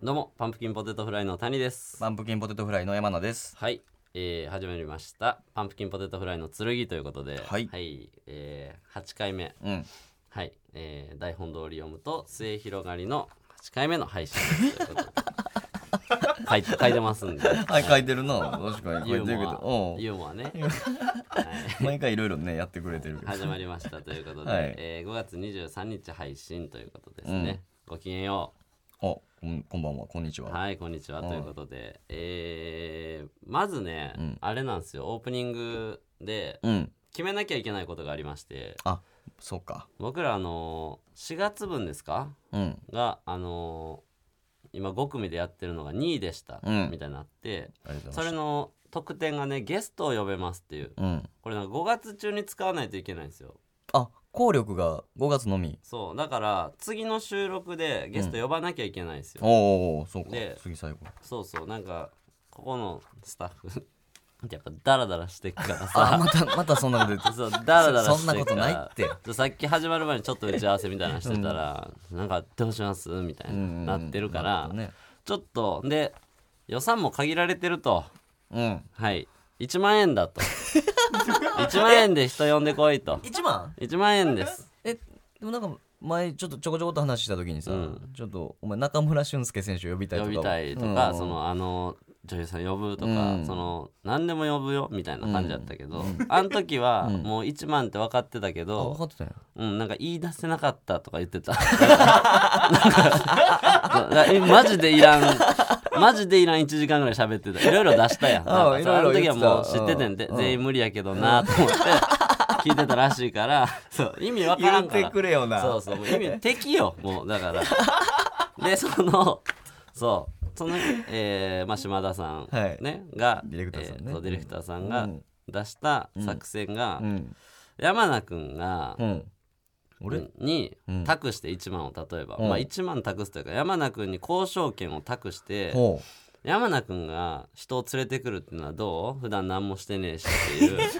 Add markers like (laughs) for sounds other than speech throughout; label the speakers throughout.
Speaker 1: どうもパンプキンポテトフライの谷です
Speaker 2: パンプキンポテトフライの山名です。
Speaker 1: はい、えー、始まりましたパンプキンポテトフライの剣ということでは
Speaker 2: はい
Speaker 1: えー、8回目
Speaker 2: うん。
Speaker 1: はい、えー、台本通り読むと末広がりの8回目の配信ですということで書い書いてますんで
Speaker 2: (laughs) はい、書いてるな。確かに。
Speaker 1: ユ
Speaker 2: 書いてるけ
Speaker 1: ーモ
Speaker 2: ど。
Speaker 1: ア
Speaker 2: お
Speaker 1: ユーモアね
Speaker 2: う毎回いろいろね、やってくれてるけど。
Speaker 1: 始まりましたということ
Speaker 2: (laughs)
Speaker 1: で、
Speaker 2: はい
Speaker 1: えー、5月23日配信ということですね、ごきげんよう
Speaker 2: お、こんこんばんは、こんにちは。
Speaker 1: はいこんにちはということで、えーまずね、
Speaker 2: うん
Speaker 1: あれなんですよオープニングで
Speaker 2: うん。
Speaker 1: 決めなきゃいけないことがありまして
Speaker 2: あ、そうか。
Speaker 1: 僕らあのー4月分ですか
Speaker 2: うん。
Speaker 1: があのー今5組でやってるのが2位でした、
Speaker 2: うん
Speaker 1: みたいになって
Speaker 2: ありがとうご
Speaker 1: そ
Speaker 2: ざ
Speaker 1: れ
Speaker 2: いま
Speaker 1: の特典がねゲストを呼べますっていう
Speaker 2: す。うん。
Speaker 1: これなんか5月中に使わないといけないんですよ
Speaker 2: あ、効力が5月のみ。
Speaker 1: そうだから次の収録でゲスト呼ばなきゃいけないんですよ、
Speaker 2: おお、そうか
Speaker 1: で。
Speaker 2: 次最後。
Speaker 1: そうそうなんかここのスタッフ (laughs) ってやっぱダラダラしてっから
Speaker 2: あ、
Speaker 1: さ
Speaker 2: また、またそんなこと
Speaker 1: (laughs)
Speaker 2: 言って。
Speaker 1: そうダラダラしてっから
Speaker 2: そんなことないって
Speaker 1: でさっき始まる前にちょっと打ち合わせみたいなのしてたら、なんかどうしますみたい
Speaker 2: うんうんうん
Speaker 1: ななってるから、
Speaker 2: なる
Speaker 1: ちょっとで予算も限られてると
Speaker 2: ほどね
Speaker 1: はい1万円
Speaker 2: (laughs)
Speaker 1: だと1万円で人呼んでこいと
Speaker 2: うん。1万
Speaker 1: 1万円です
Speaker 2: え、でもなんか、前ちょっとちょこちょこと話した時にさ、
Speaker 1: うん
Speaker 2: ちょっとお前中村俊輔選手呼びたいと
Speaker 1: 呼
Speaker 2: か
Speaker 1: びたいとか、
Speaker 2: うん
Speaker 1: そのあの女優さん呼ぶとか、
Speaker 2: うん
Speaker 1: その何でも呼ぶよみたいな感じだったけど、あの時はもう1万って分かってたけ
Speaker 2: あ分
Speaker 1: ど
Speaker 2: か、ってたよ
Speaker 1: うん、なんか言い出せなかったとか言ってたなんかえマジでいらんマジでいらん1時間ぐらい喋ってたいろいろ出したやん
Speaker 2: あ
Speaker 1: なん
Speaker 2: い
Speaker 1: かさあ
Speaker 2: ろ
Speaker 1: の
Speaker 2: いろ
Speaker 1: 時
Speaker 2: 言
Speaker 1: は
Speaker 2: ってた
Speaker 1: もう知っててんで、
Speaker 2: うん
Speaker 1: 全員無理やけどなと思って聞いてたらしいからそう意味わから
Speaker 2: 言
Speaker 1: ん
Speaker 2: っ
Speaker 1: から
Speaker 2: てくれよな
Speaker 1: そうそうもう意味敵よもうだからでそのそうその、えーまあ、島田さん、
Speaker 2: はい
Speaker 1: ねが
Speaker 2: ディレクターさんね
Speaker 1: えそうディレクターさん
Speaker 2: う
Speaker 1: が
Speaker 2: ん
Speaker 1: 出した作戦が、
Speaker 2: うん
Speaker 1: 山名君が、
Speaker 2: うん俺
Speaker 1: に
Speaker 2: うん
Speaker 1: 託して1万を例えば、
Speaker 2: うん
Speaker 1: まあ、1万託すというか山名君に交渉権を託して
Speaker 2: ほ
Speaker 1: 山名君が人を連れてくるっていうのはどう普段何もしてねえしって
Speaker 2: (laughs)
Speaker 1: いう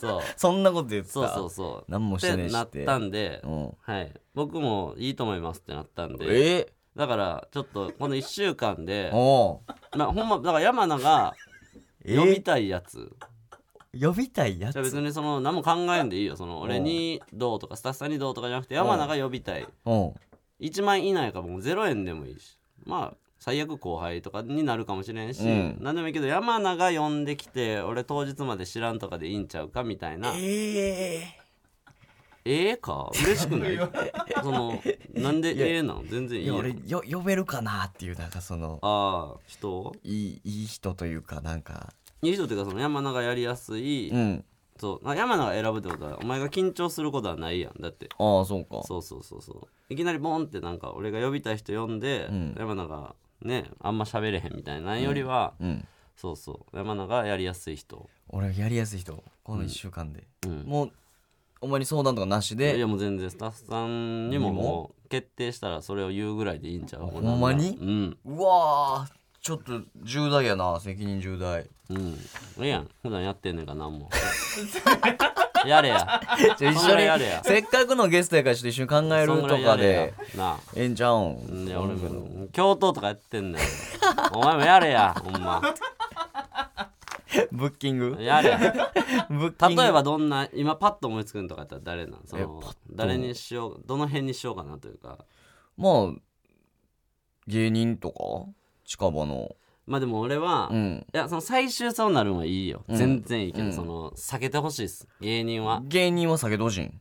Speaker 1: そう
Speaker 2: うそんなこと言ってた
Speaker 1: そうそうそう
Speaker 2: 何もしてねえし
Speaker 1: な
Speaker 2: っ
Speaker 1: ってたんで、
Speaker 2: うん
Speaker 1: はい、僕もいいと思いますってなったんで
Speaker 2: え
Speaker 1: だからちょっとこの1週間で
Speaker 2: ー、、おう
Speaker 1: まあ、ほんまだから山名が
Speaker 2: え
Speaker 1: 読みたいやつ
Speaker 2: 呼びたいや
Speaker 1: じゃあ別
Speaker 2: つ
Speaker 1: にその何も考えんでいいよその俺にどうとかスタッフさんにどうとかじゃなくて山名が呼びたい
Speaker 2: おう
Speaker 1: 1万円以内かもう0円でもいいしまあ最悪後輩とかになるかもしれんし、
Speaker 2: うん
Speaker 1: 何でもいいけど山名が呼んできて俺当日まで知らんとかでいいんちゃうかみたいなえ
Speaker 2: ええ
Speaker 1: えか嬉しくないそのなんでええなの全然いい
Speaker 2: いや
Speaker 1: よ
Speaker 2: 俺よ呼べるかなっていうなんかその
Speaker 1: ああ人を
Speaker 2: いいいい人というかなんか
Speaker 1: いい人っていうかその山名がやりやすい、
Speaker 2: うん
Speaker 1: そうあ山名が選ぶってことはお前が緊張することはないやんだって
Speaker 2: ああそうか
Speaker 1: そうそうそうそういきなりボンってなんか俺が呼びたい人呼んで、
Speaker 2: ん
Speaker 1: 山名がねあんま喋れへんみたいなんよりは、
Speaker 2: うん
Speaker 1: そうそう山名がやりやすい人
Speaker 2: 俺やりやすい人この1週間で、
Speaker 1: うん
Speaker 2: もうお前に相談とかなし
Speaker 1: い
Speaker 2: で
Speaker 1: やもう全然スタッフさんにも
Speaker 2: にも
Speaker 1: もう決定したらそれを言うぐらいでいいんちゃう
Speaker 2: ほんまに
Speaker 1: うん
Speaker 2: うわーちょっと重大やな責任重大
Speaker 1: うんええやん普段やってんねんか
Speaker 2: (laughs)
Speaker 1: ら何もやれや
Speaker 2: じゃあ一
Speaker 1: (laughs) そんぐ
Speaker 2: 緒
Speaker 1: らい
Speaker 2: に
Speaker 1: やれや
Speaker 2: せっかくのゲストやからちょっと一緒に考える
Speaker 1: そんぐら
Speaker 2: と
Speaker 1: い
Speaker 2: か
Speaker 1: やれや
Speaker 2: で
Speaker 1: なあ
Speaker 2: ええんちゃうん
Speaker 1: いや俺も教頭とかやってんねんお前もやれやほんま
Speaker 2: (laughs) ブッキング
Speaker 1: やれや
Speaker 2: ブッキング
Speaker 1: 例えばどんな今パッと思いつくんとかやったら誰なんそ
Speaker 2: え
Speaker 1: の誰にしようどの辺にしようかなというか
Speaker 2: まあ芸人とか近場の
Speaker 1: まあでも俺は、
Speaker 2: う
Speaker 1: い
Speaker 2: ん
Speaker 1: やその最終そうなるんはいいよ、
Speaker 2: うん
Speaker 1: 全然いいけど、
Speaker 2: うん
Speaker 1: その避けてほしいです芸人は
Speaker 2: 芸人は酒同人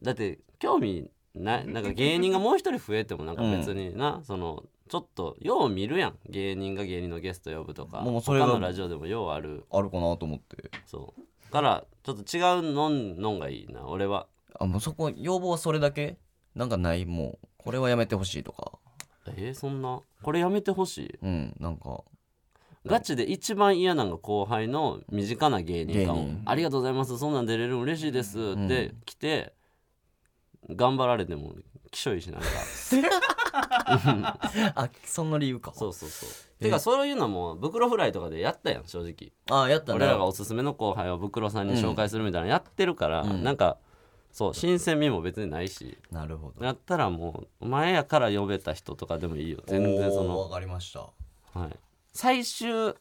Speaker 1: だって興味ないなんか芸人がもう一人増えてもなんか別にな、そのちょっとよう見るやん芸人が芸人のゲスト呼ぶとか
Speaker 2: もうそれが
Speaker 1: 他のラジオでもようある
Speaker 2: あるかなと思って
Speaker 1: そうからちょっと違うのんのんがいいな俺は
Speaker 2: あもうそこ要望はそれだけなんかないもうこれはやめてほしいとか
Speaker 1: えー、そんなこれやめてほしい
Speaker 2: うんなんか
Speaker 1: ガチで一番嫌なのが後輩の身近な芸人かも
Speaker 2: 芸人
Speaker 1: ありがとうございますそんなん出れるの嬉しいです」って来て、頑張られてもきしょいしなんか
Speaker 2: (laughs) あその理由か
Speaker 1: そうそうそうてかそういうのも袋フライとかでやったやん正直
Speaker 2: あやった
Speaker 1: 俺らが
Speaker 2: な
Speaker 1: おすすめの後輩を袋さんに紹介するみたいなのやってるから、なんかそう新鮮味も別にないし
Speaker 2: なるほど
Speaker 1: やったらもう前やから呼べた人とかでもいいよ全然そ
Speaker 2: おーわ
Speaker 1: の、
Speaker 2: かりました
Speaker 1: はい、最終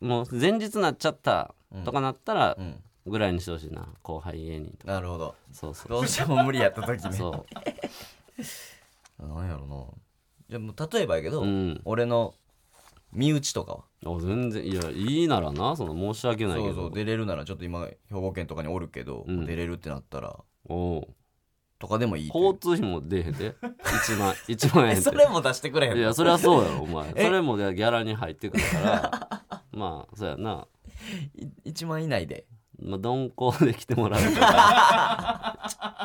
Speaker 1: もう前日なっちゃったとかなったら
Speaker 2: うん
Speaker 1: ぐらいにしてほしいな後輩芸人とか
Speaker 2: なるほど
Speaker 1: そうそ
Speaker 2: どうしても無理やった時
Speaker 1: う
Speaker 2: ね
Speaker 1: そ
Speaker 2: なんやろなじゃあもう例えばやけど、
Speaker 1: ううん
Speaker 2: 俺の身内とかは
Speaker 1: あ全然いやいいならなその申し訳ない
Speaker 2: そ
Speaker 1: け
Speaker 2: うそ
Speaker 1: ど
Speaker 2: う出れるならちょっと今兵庫県とかにおるけど、
Speaker 1: うん
Speaker 2: 出れるってなったら
Speaker 1: おう
Speaker 2: とかでもいいという
Speaker 1: 交通費も出へんで1万
Speaker 2: (laughs)
Speaker 1: 一万円
Speaker 2: え
Speaker 1: っ
Speaker 2: そ
Speaker 1: て
Speaker 2: れも出してくれへん
Speaker 1: い
Speaker 2: の
Speaker 1: やそれはそうやろお前それもギャラに入ってくるから
Speaker 2: (laughs)
Speaker 1: まあそうやない
Speaker 2: 1万以内
Speaker 1: (laughs)
Speaker 2: で
Speaker 1: まあ、鈍行で来てもらうと か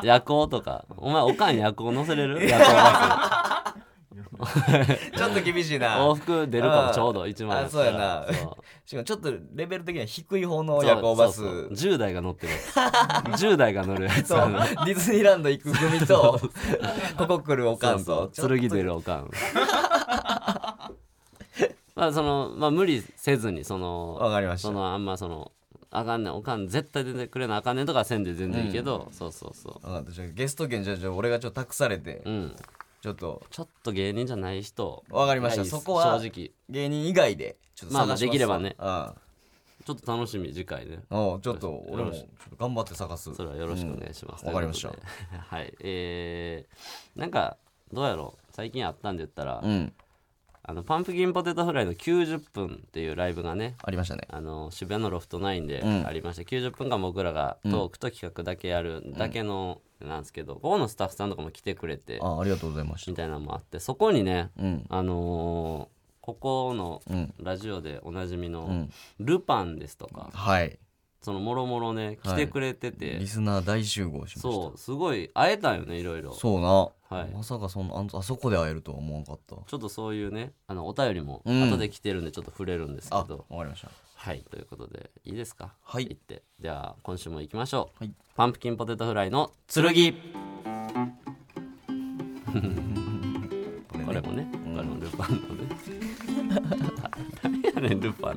Speaker 2: (laughs)
Speaker 1: 夜行とかお前おかん夜行乗せれる夜行バ
Speaker 2: ちょっと厳しい
Speaker 1: ス
Speaker 2: な
Speaker 1: 往復出るか
Speaker 2: あ
Speaker 1: も
Speaker 2: ー
Speaker 1: ちょうど1万
Speaker 2: あそうやな
Speaker 1: そう
Speaker 2: しかもちょっとレベル的には低い方の夜行バス
Speaker 1: そうそう10代が乗ってるやつ10代が乗るやつ
Speaker 2: そうディズニーランド行く組とここ来るおかん
Speaker 1: そ
Speaker 2: と
Speaker 1: うそう剣出るおかん (laughs) まあそのまあ無理せずにその
Speaker 2: わかりました
Speaker 1: そのあんまそのあかんねんおかん絶対出てくれなあかんねんとかせんで全然いいけど、そうそうそ
Speaker 2: わかったじゃあゲスト券じゃあじゃあ俺がちょっと託されて
Speaker 1: ううん
Speaker 2: ちょっと
Speaker 1: ちょっと芸人じゃない人
Speaker 2: わかりました
Speaker 1: がいいっす
Speaker 2: そこは
Speaker 1: 正直
Speaker 2: 芸人以外でちょっと探し
Speaker 1: まあまあできればね
Speaker 2: あ
Speaker 1: ちょっと楽しみ次回ね
Speaker 2: あおうちょっと俺も
Speaker 1: よろ
Speaker 2: ちょ
Speaker 1: し
Speaker 2: っと頑張って探す
Speaker 1: それはよろしくお願いします、
Speaker 2: うんわかりました
Speaker 1: ということで (laughs) はいえー、なんかどうやろう最近あったんで言ったら、
Speaker 2: うん
Speaker 1: あのパンプキンポテトフライの90分っていうライブがね
Speaker 2: ありましたね
Speaker 1: あの渋谷のロフト9でありました、90分間僕らがトークと企画だけやるだけのなんですけど、ここのスタッフさんとかも来てくれて
Speaker 2: あありがとうございまし
Speaker 1: みたいなのもあってそこにね、
Speaker 2: たうん
Speaker 1: あのーここの
Speaker 2: うん
Speaker 1: ラジオでおなじみ
Speaker 2: う
Speaker 1: の
Speaker 2: ん
Speaker 1: 「ルパン」ですとか、
Speaker 2: はい
Speaker 1: そのもろもろね来てくれてて、
Speaker 2: リスナー大集合しました
Speaker 1: そうすごい会えたよねいろいろ
Speaker 2: そうな、
Speaker 1: はい
Speaker 2: まさかそんなあんあそこで会えるとは思わなかった
Speaker 1: ちょっとそういうねあのお便りも
Speaker 2: うん
Speaker 1: 後で来てるんでちょっと触れるんですけ
Speaker 2: あわ
Speaker 1: ど
Speaker 2: か、りました
Speaker 1: はいということでいいですか
Speaker 2: はい
Speaker 1: 行ってでは今週も行きましょう、
Speaker 2: はい
Speaker 1: パンプキンポテトフライの剣
Speaker 2: これ
Speaker 1: これもね、これもルパンのね誰やねんルパン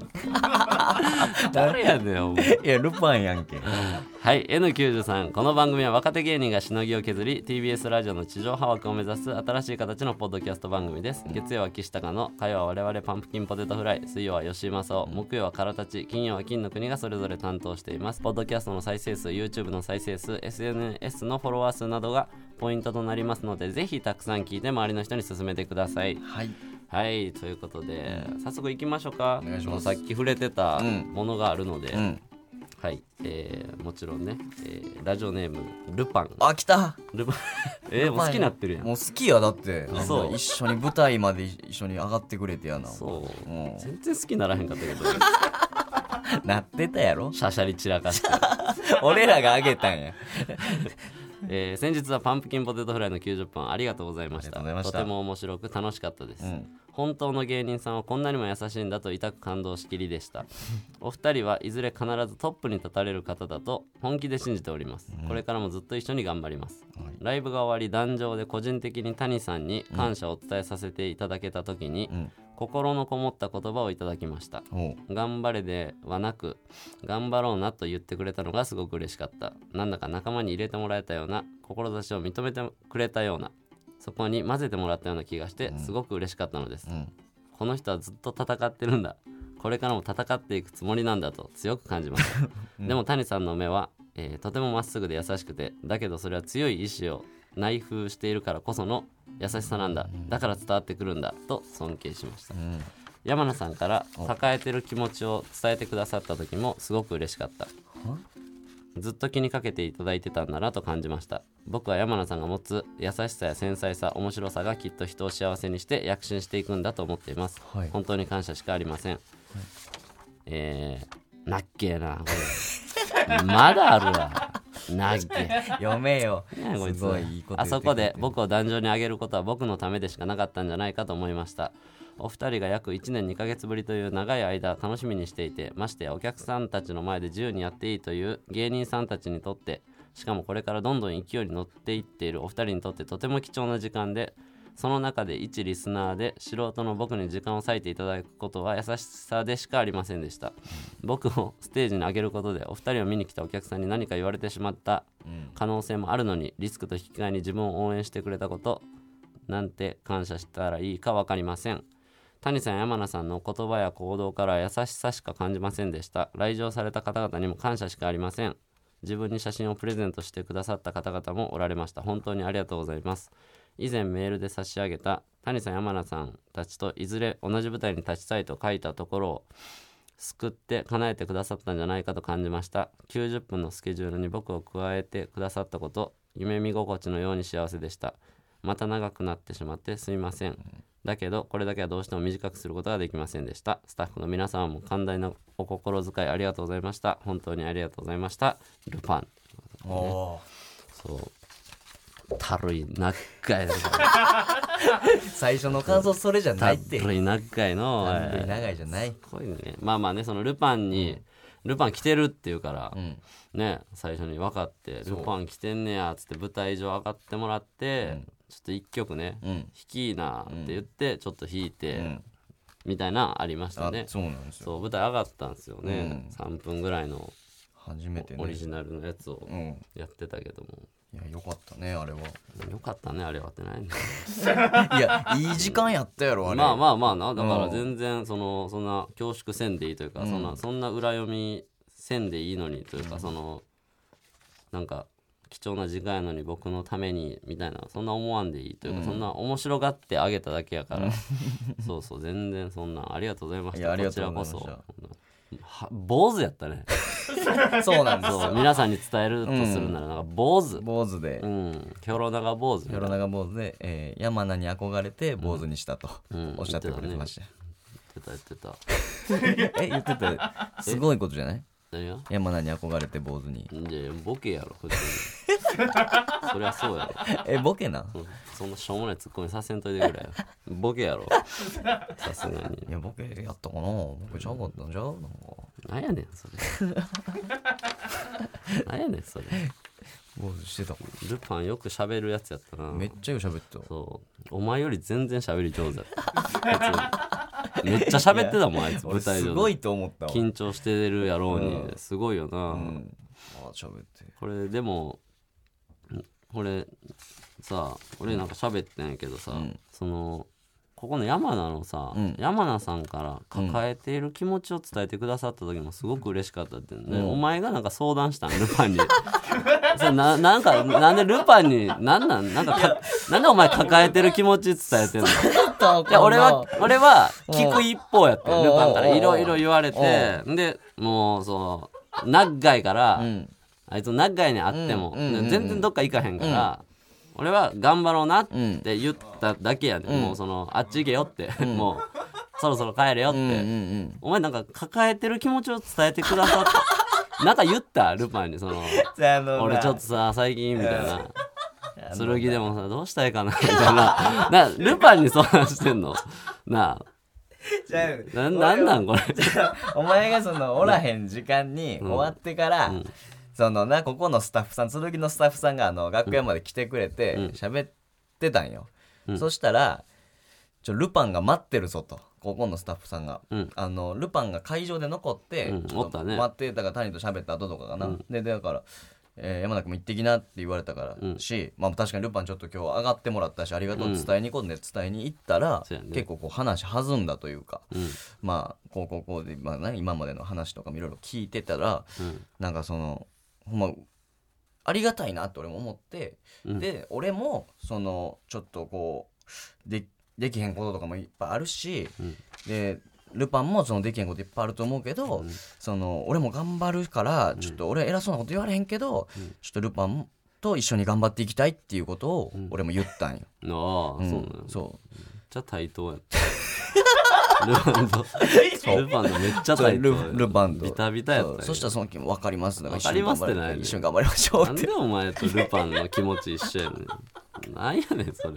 Speaker 1: 誰やねんお前
Speaker 2: いやルパンやんけ
Speaker 1: はい N93 この番組は若手芸人がしのぎを削り TBS ラジオの地上波枠を目指す新しい形のポッドキャスト番組です月曜は岸高の火曜は我々パンプキンポテトフライ水曜は吉井正夫木曜はカラタチ金曜は金の国がそれぞれ担当していますポッドキャストの再生数 YouTube の再生数 SNS のフォロワー数などがポイントとなりますのでぜひたくさん聞いて周りの人に勧めてください
Speaker 2: はい
Speaker 1: はいということで早速いきましょうか
Speaker 2: お願いします
Speaker 1: さっき触れてた
Speaker 2: うん
Speaker 1: ものがあるので、
Speaker 2: うん
Speaker 1: はい、えーもちろんね、えーラジオネームルパン
Speaker 2: あ来た
Speaker 1: ルパ
Speaker 2: (laughs)
Speaker 1: ンえー、もう好きになってるやん
Speaker 2: もう好きやだって
Speaker 1: そう
Speaker 2: あんな一緒に舞台まで一緒に上がってくれてやな
Speaker 1: そう、
Speaker 2: うん
Speaker 1: 全然好きにならへんかったけど
Speaker 2: (laughs) なってたやろ (laughs)
Speaker 1: シャシャリ散らかして、
Speaker 2: 俺らがあげたんや
Speaker 1: えー先日はパンプキンポテトフライの90分ありがとうございまし
Speaker 2: あ
Speaker 1: た
Speaker 2: りがとうございました
Speaker 1: ても面白く楽しかったです、
Speaker 2: ん
Speaker 1: 本当の芸人さんはこんなにも優しいんだと痛く感動しきりでした
Speaker 2: (laughs)
Speaker 1: お二人はいずれ必ずトップに立たれる方だと本気で信じております、これからもずっと一緒に頑張ります、
Speaker 2: はい
Speaker 1: ライブが終わり壇上で個人的に谷さんに感謝をお伝えさせていただけた時に、
Speaker 2: うん
Speaker 1: 心のこもった言葉をいただきました
Speaker 2: おう
Speaker 1: 頑張れではなく頑張ろうなと言ってくれたのがすごく嬉しかったなんだか仲間に入れてもらえたような志を認めてくれたようなそこに混ぜてもらったような気がしてすごく嬉しかったのです、
Speaker 2: うん
Speaker 1: この人はずっと戦ってるんだこれからも戦っていくつもりなんだと強く感じま (laughs) した、でも谷さんの目は、えーとてもまっすぐで優しくてだけどそれは強い意志を内封しているからこその優しさなんだだから伝わってくるんだと尊敬しました
Speaker 2: うん
Speaker 1: 山名さんから抱えてる気持ちを伝えてくださった時もすごく嬉しかったずっと気にかけていただいてたんだなと感じました僕は山名さんが持つ優しさや繊細さ面白さがきっと人を幸せにして躍進していくんだと思っています、
Speaker 2: はい
Speaker 1: 本当に感謝しかありません、えー、なっけえなこれまだあるわなっけえ
Speaker 2: 読めよ
Speaker 1: ねこいつ
Speaker 2: すごいいいこと
Speaker 1: あ
Speaker 2: 言ってくれて
Speaker 1: そこで僕を壇上に上げることは僕のためでしかなかったんじゃないかと思いましたお二人が約1年2ヶ月ぶりという長い間楽しみにしていてましてやお客さんたちの前で自由にやっていいという芸人さんたちにとってしかもこれからどんどん勢いに乗っていっているお二人にとってとても貴重な時間でその中で一リスナーで素人の僕に時間を割いていただくことは優しさでしかありませんでした僕をステージに上げることでお二人を見に来たお客さんに何か言われてしまった
Speaker 2: うん
Speaker 1: 可能性もあるのにリスクと引き換えに自分を応援してくれたことなんて感謝したらいいか分かりません谷さん山名さんの言葉や行動から優しさしか感じませんでした来場された方々にも感謝しかありません自分に写真をプレゼントしてくださった方々もおられました本当にありがとうございます以前メールで差し上げた谷さん山名さんたちといずれ同じ舞台に立ちたいと書いたところを救って叶えてくださったんじゃないかと感じました90分のスケジュールに僕を加えてくださったこと夢見心地のように幸せでしたまた長くなってしまってすみませんだけどこれだけはどうしても短くすることができませんでしたスタッフの皆様も寛大なお心遣いありがとうございました本当にありがとうございましたルパン
Speaker 2: おー
Speaker 1: そうたるい長い
Speaker 2: 最初の感想それじゃな
Speaker 1: た
Speaker 2: いって
Speaker 1: るい長いのおい
Speaker 2: 長いじゃない
Speaker 1: すごいねまあまあねそのルパンに、ルパン来てるっていうから、
Speaker 2: ん
Speaker 1: ね最初に分かってルパン来てんねやっつって舞台上上がってもらって、ちょっと一曲ね、
Speaker 2: ん
Speaker 1: 弾きいいなって言って、ちょっと弾いて、みたいなありました
Speaker 2: あ
Speaker 1: ね
Speaker 2: そうなんですよ
Speaker 1: そう舞台上がったんですよね、3分ぐらいの
Speaker 2: 初めて
Speaker 1: オリ
Speaker 2: ね
Speaker 1: ジナルのやつを
Speaker 2: うん
Speaker 1: やってたけども、
Speaker 2: いやよかったね (laughs) あれは
Speaker 1: よかったねあれはってないね
Speaker 2: いやいい時間やったやろあれ
Speaker 1: まあまあまあなだか
Speaker 2: う
Speaker 1: ら
Speaker 2: ん
Speaker 1: 全然そのそんな恐縮せんでいいというか、そんなそんな裏読みせんでいいのにというか、そのなんか貴重な時間やのに僕のためにみたいなそんな思わんでいいというか、そんな面白がってあげただけ
Speaker 2: (laughs)
Speaker 1: やから、そうそう全然そんなありがとうございまし
Speaker 2: いや
Speaker 1: た
Speaker 2: あり
Speaker 1: こ
Speaker 2: が
Speaker 1: ち
Speaker 2: と
Speaker 1: ら
Speaker 2: うご
Speaker 1: こ
Speaker 2: ざいま
Speaker 1: そ
Speaker 2: した
Speaker 1: は坊主やったね
Speaker 2: そうなんです (laughs)
Speaker 1: そう皆さんに伝えるとするならなんか坊主
Speaker 2: 坊主で
Speaker 1: うんヒョロ長坊主みたい
Speaker 2: 世
Speaker 1: な
Speaker 2: の中坊主で、えー、山名に憧れて坊主にしたと、
Speaker 1: ん
Speaker 2: おっしゃってくれてました、
Speaker 1: 言ってた言ってた
Speaker 2: え言ってたすごいことじゃない
Speaker 1: 何が
Speaker 2: 山名に憧れて坊主に
Speaker 1: でボケやろ普通にそりゃそうやろ
Speaker 2: えボケな
Speaker 1: うんそんなしょうもないツッコミさせんといて
Speaker 2: (laughs)
Speaker 1: くれよボケやろさすがに
Speaker 2: いやボケやったかなボケちゃうかったんじゃうなんか
Speaker 1: なんやねんそれなんやねんそれ
Speaker 2: 坊主してた
Speaker 1: ルパンよく喋るやつやったな
Speaker 2: めっちゃよ喋ってた
Speaker 1: そうお前より全然喋り上手やった別にめっちゃ喋ってたもんあいつ
Speaker 2: 俺
Speaker 1: 舞台
Speaker 2: す
Speaker 1: 上
Speaker 2: ご
Speaker 1: で
Speaker 2: いと思ったわ
Speaker 1: 緊張してるやろうにすごいよな、
Speaker 2: うんあ喋って
Speaker 1: これでもんこれさ俺なんか喋ってんやけどさ、そのここの山名のさ、山名さんから抱えている気持ちを伝えてくださった時もすごく嬉しかったって、ねお前がなんか相談したんルパンに (laughs) それななんかなんでルパンになんなんなんかかなんでお前抱えてる気持ち伝えてんのいや俺は俺は聞く一方やって
Speaker 2: うん
Speaker 1: ルパンから
Speaker 2: うん
Speaker 1: いろいろ言われてでもうその長いから、あいつ長いにあっても、
Speaker 2: うんうんうん
Speaker 1: 全然どっか行かへんから、俺は頑張ろうなって言っただけやで、もうそのあっち行けよって、 (laughs) もうそろそろ帰れよって、
Speaker 2: うんうん
Speaker 1: お前なんか抱えてる気持ちを伝えてくださったなんか言ったルパンに
Speaker 2: (laughs)
Speaker 1: その
Speaker 2: じゃあの
Speaker 1: 俺ちょっとさ最近みたいな。剣でもさどうしたいかなみたいななルパンに相談してんのな
Speaker 2: じゃ
Speaker 1: あななんなんこれ
Speaker 2: (laughs) お前がそのおらへん時間に終わってから、そのなここのスタッフさん剣のスタッフさんがあの楽屋まで来てくれて喋ってたんよ、そしたらちょ「ルパンが待ってるぞ」とここのスタッフさんが、
Speaker 1: うん
Speaker 2: あのルパンが会場で残って、
Speaker 1: うん
Speaker 2: ちょ
Speaker 1: おったね
Speaker 2: 待ってたから谷と喋った後とかかな、でだから、えー山田君行ってきなって言われたから、し、まあ、確かにルパンちょっと今日上がってもらったしありがとうって伝えに行こうね伝えに行ったら、
Speaker 1: そうやね
Speaker 2: 結構こう話弾んだというか、
Speaker 1: ん
Speaker 2: まあこうこうこうで、まあね、今までの話とかもいろいろ聞いてたら、
Speaker 1: ん
Speaker 2: なんかそのほんまありがたいなって俺も思って、で俺もそのちょっとこうでできへんこととかもいっぱいあるし、でルパンもそのできへんこといっぱいあると思うけど、その俺も頑張るからちょっと俺偉そうなこと言われへんけど、ちょっとルパンと一緒に頑張っていきたいっていうことを俺も言ったんよ。
Speaker 1: あ
Speaker 2: う
Speaker 1: あそう
Speaker 2: ん
Speaker 1: なの
Speaker 2: そう
Speaker 1: めっちゃ対等やった。ルパンと。ルパンとめっちゃ対等やった。
Speaker 2: ルルパンと
Speaker 1: ビタビタやったんや。
Speaker 2: そうそしたらその時も分かりますだから
Speaker 1: 分かりますってない
Speaker 2: 一緒に頑張りましょう
Speaker 1: な
Speaker 2: っ
Speaker 1: ん
Speaker 2: て
Speaker 1: でお前とルパンの気持ち一緒やねん。なんやね
Speaker 2: (laughs)
Speaker 1: ん、それ。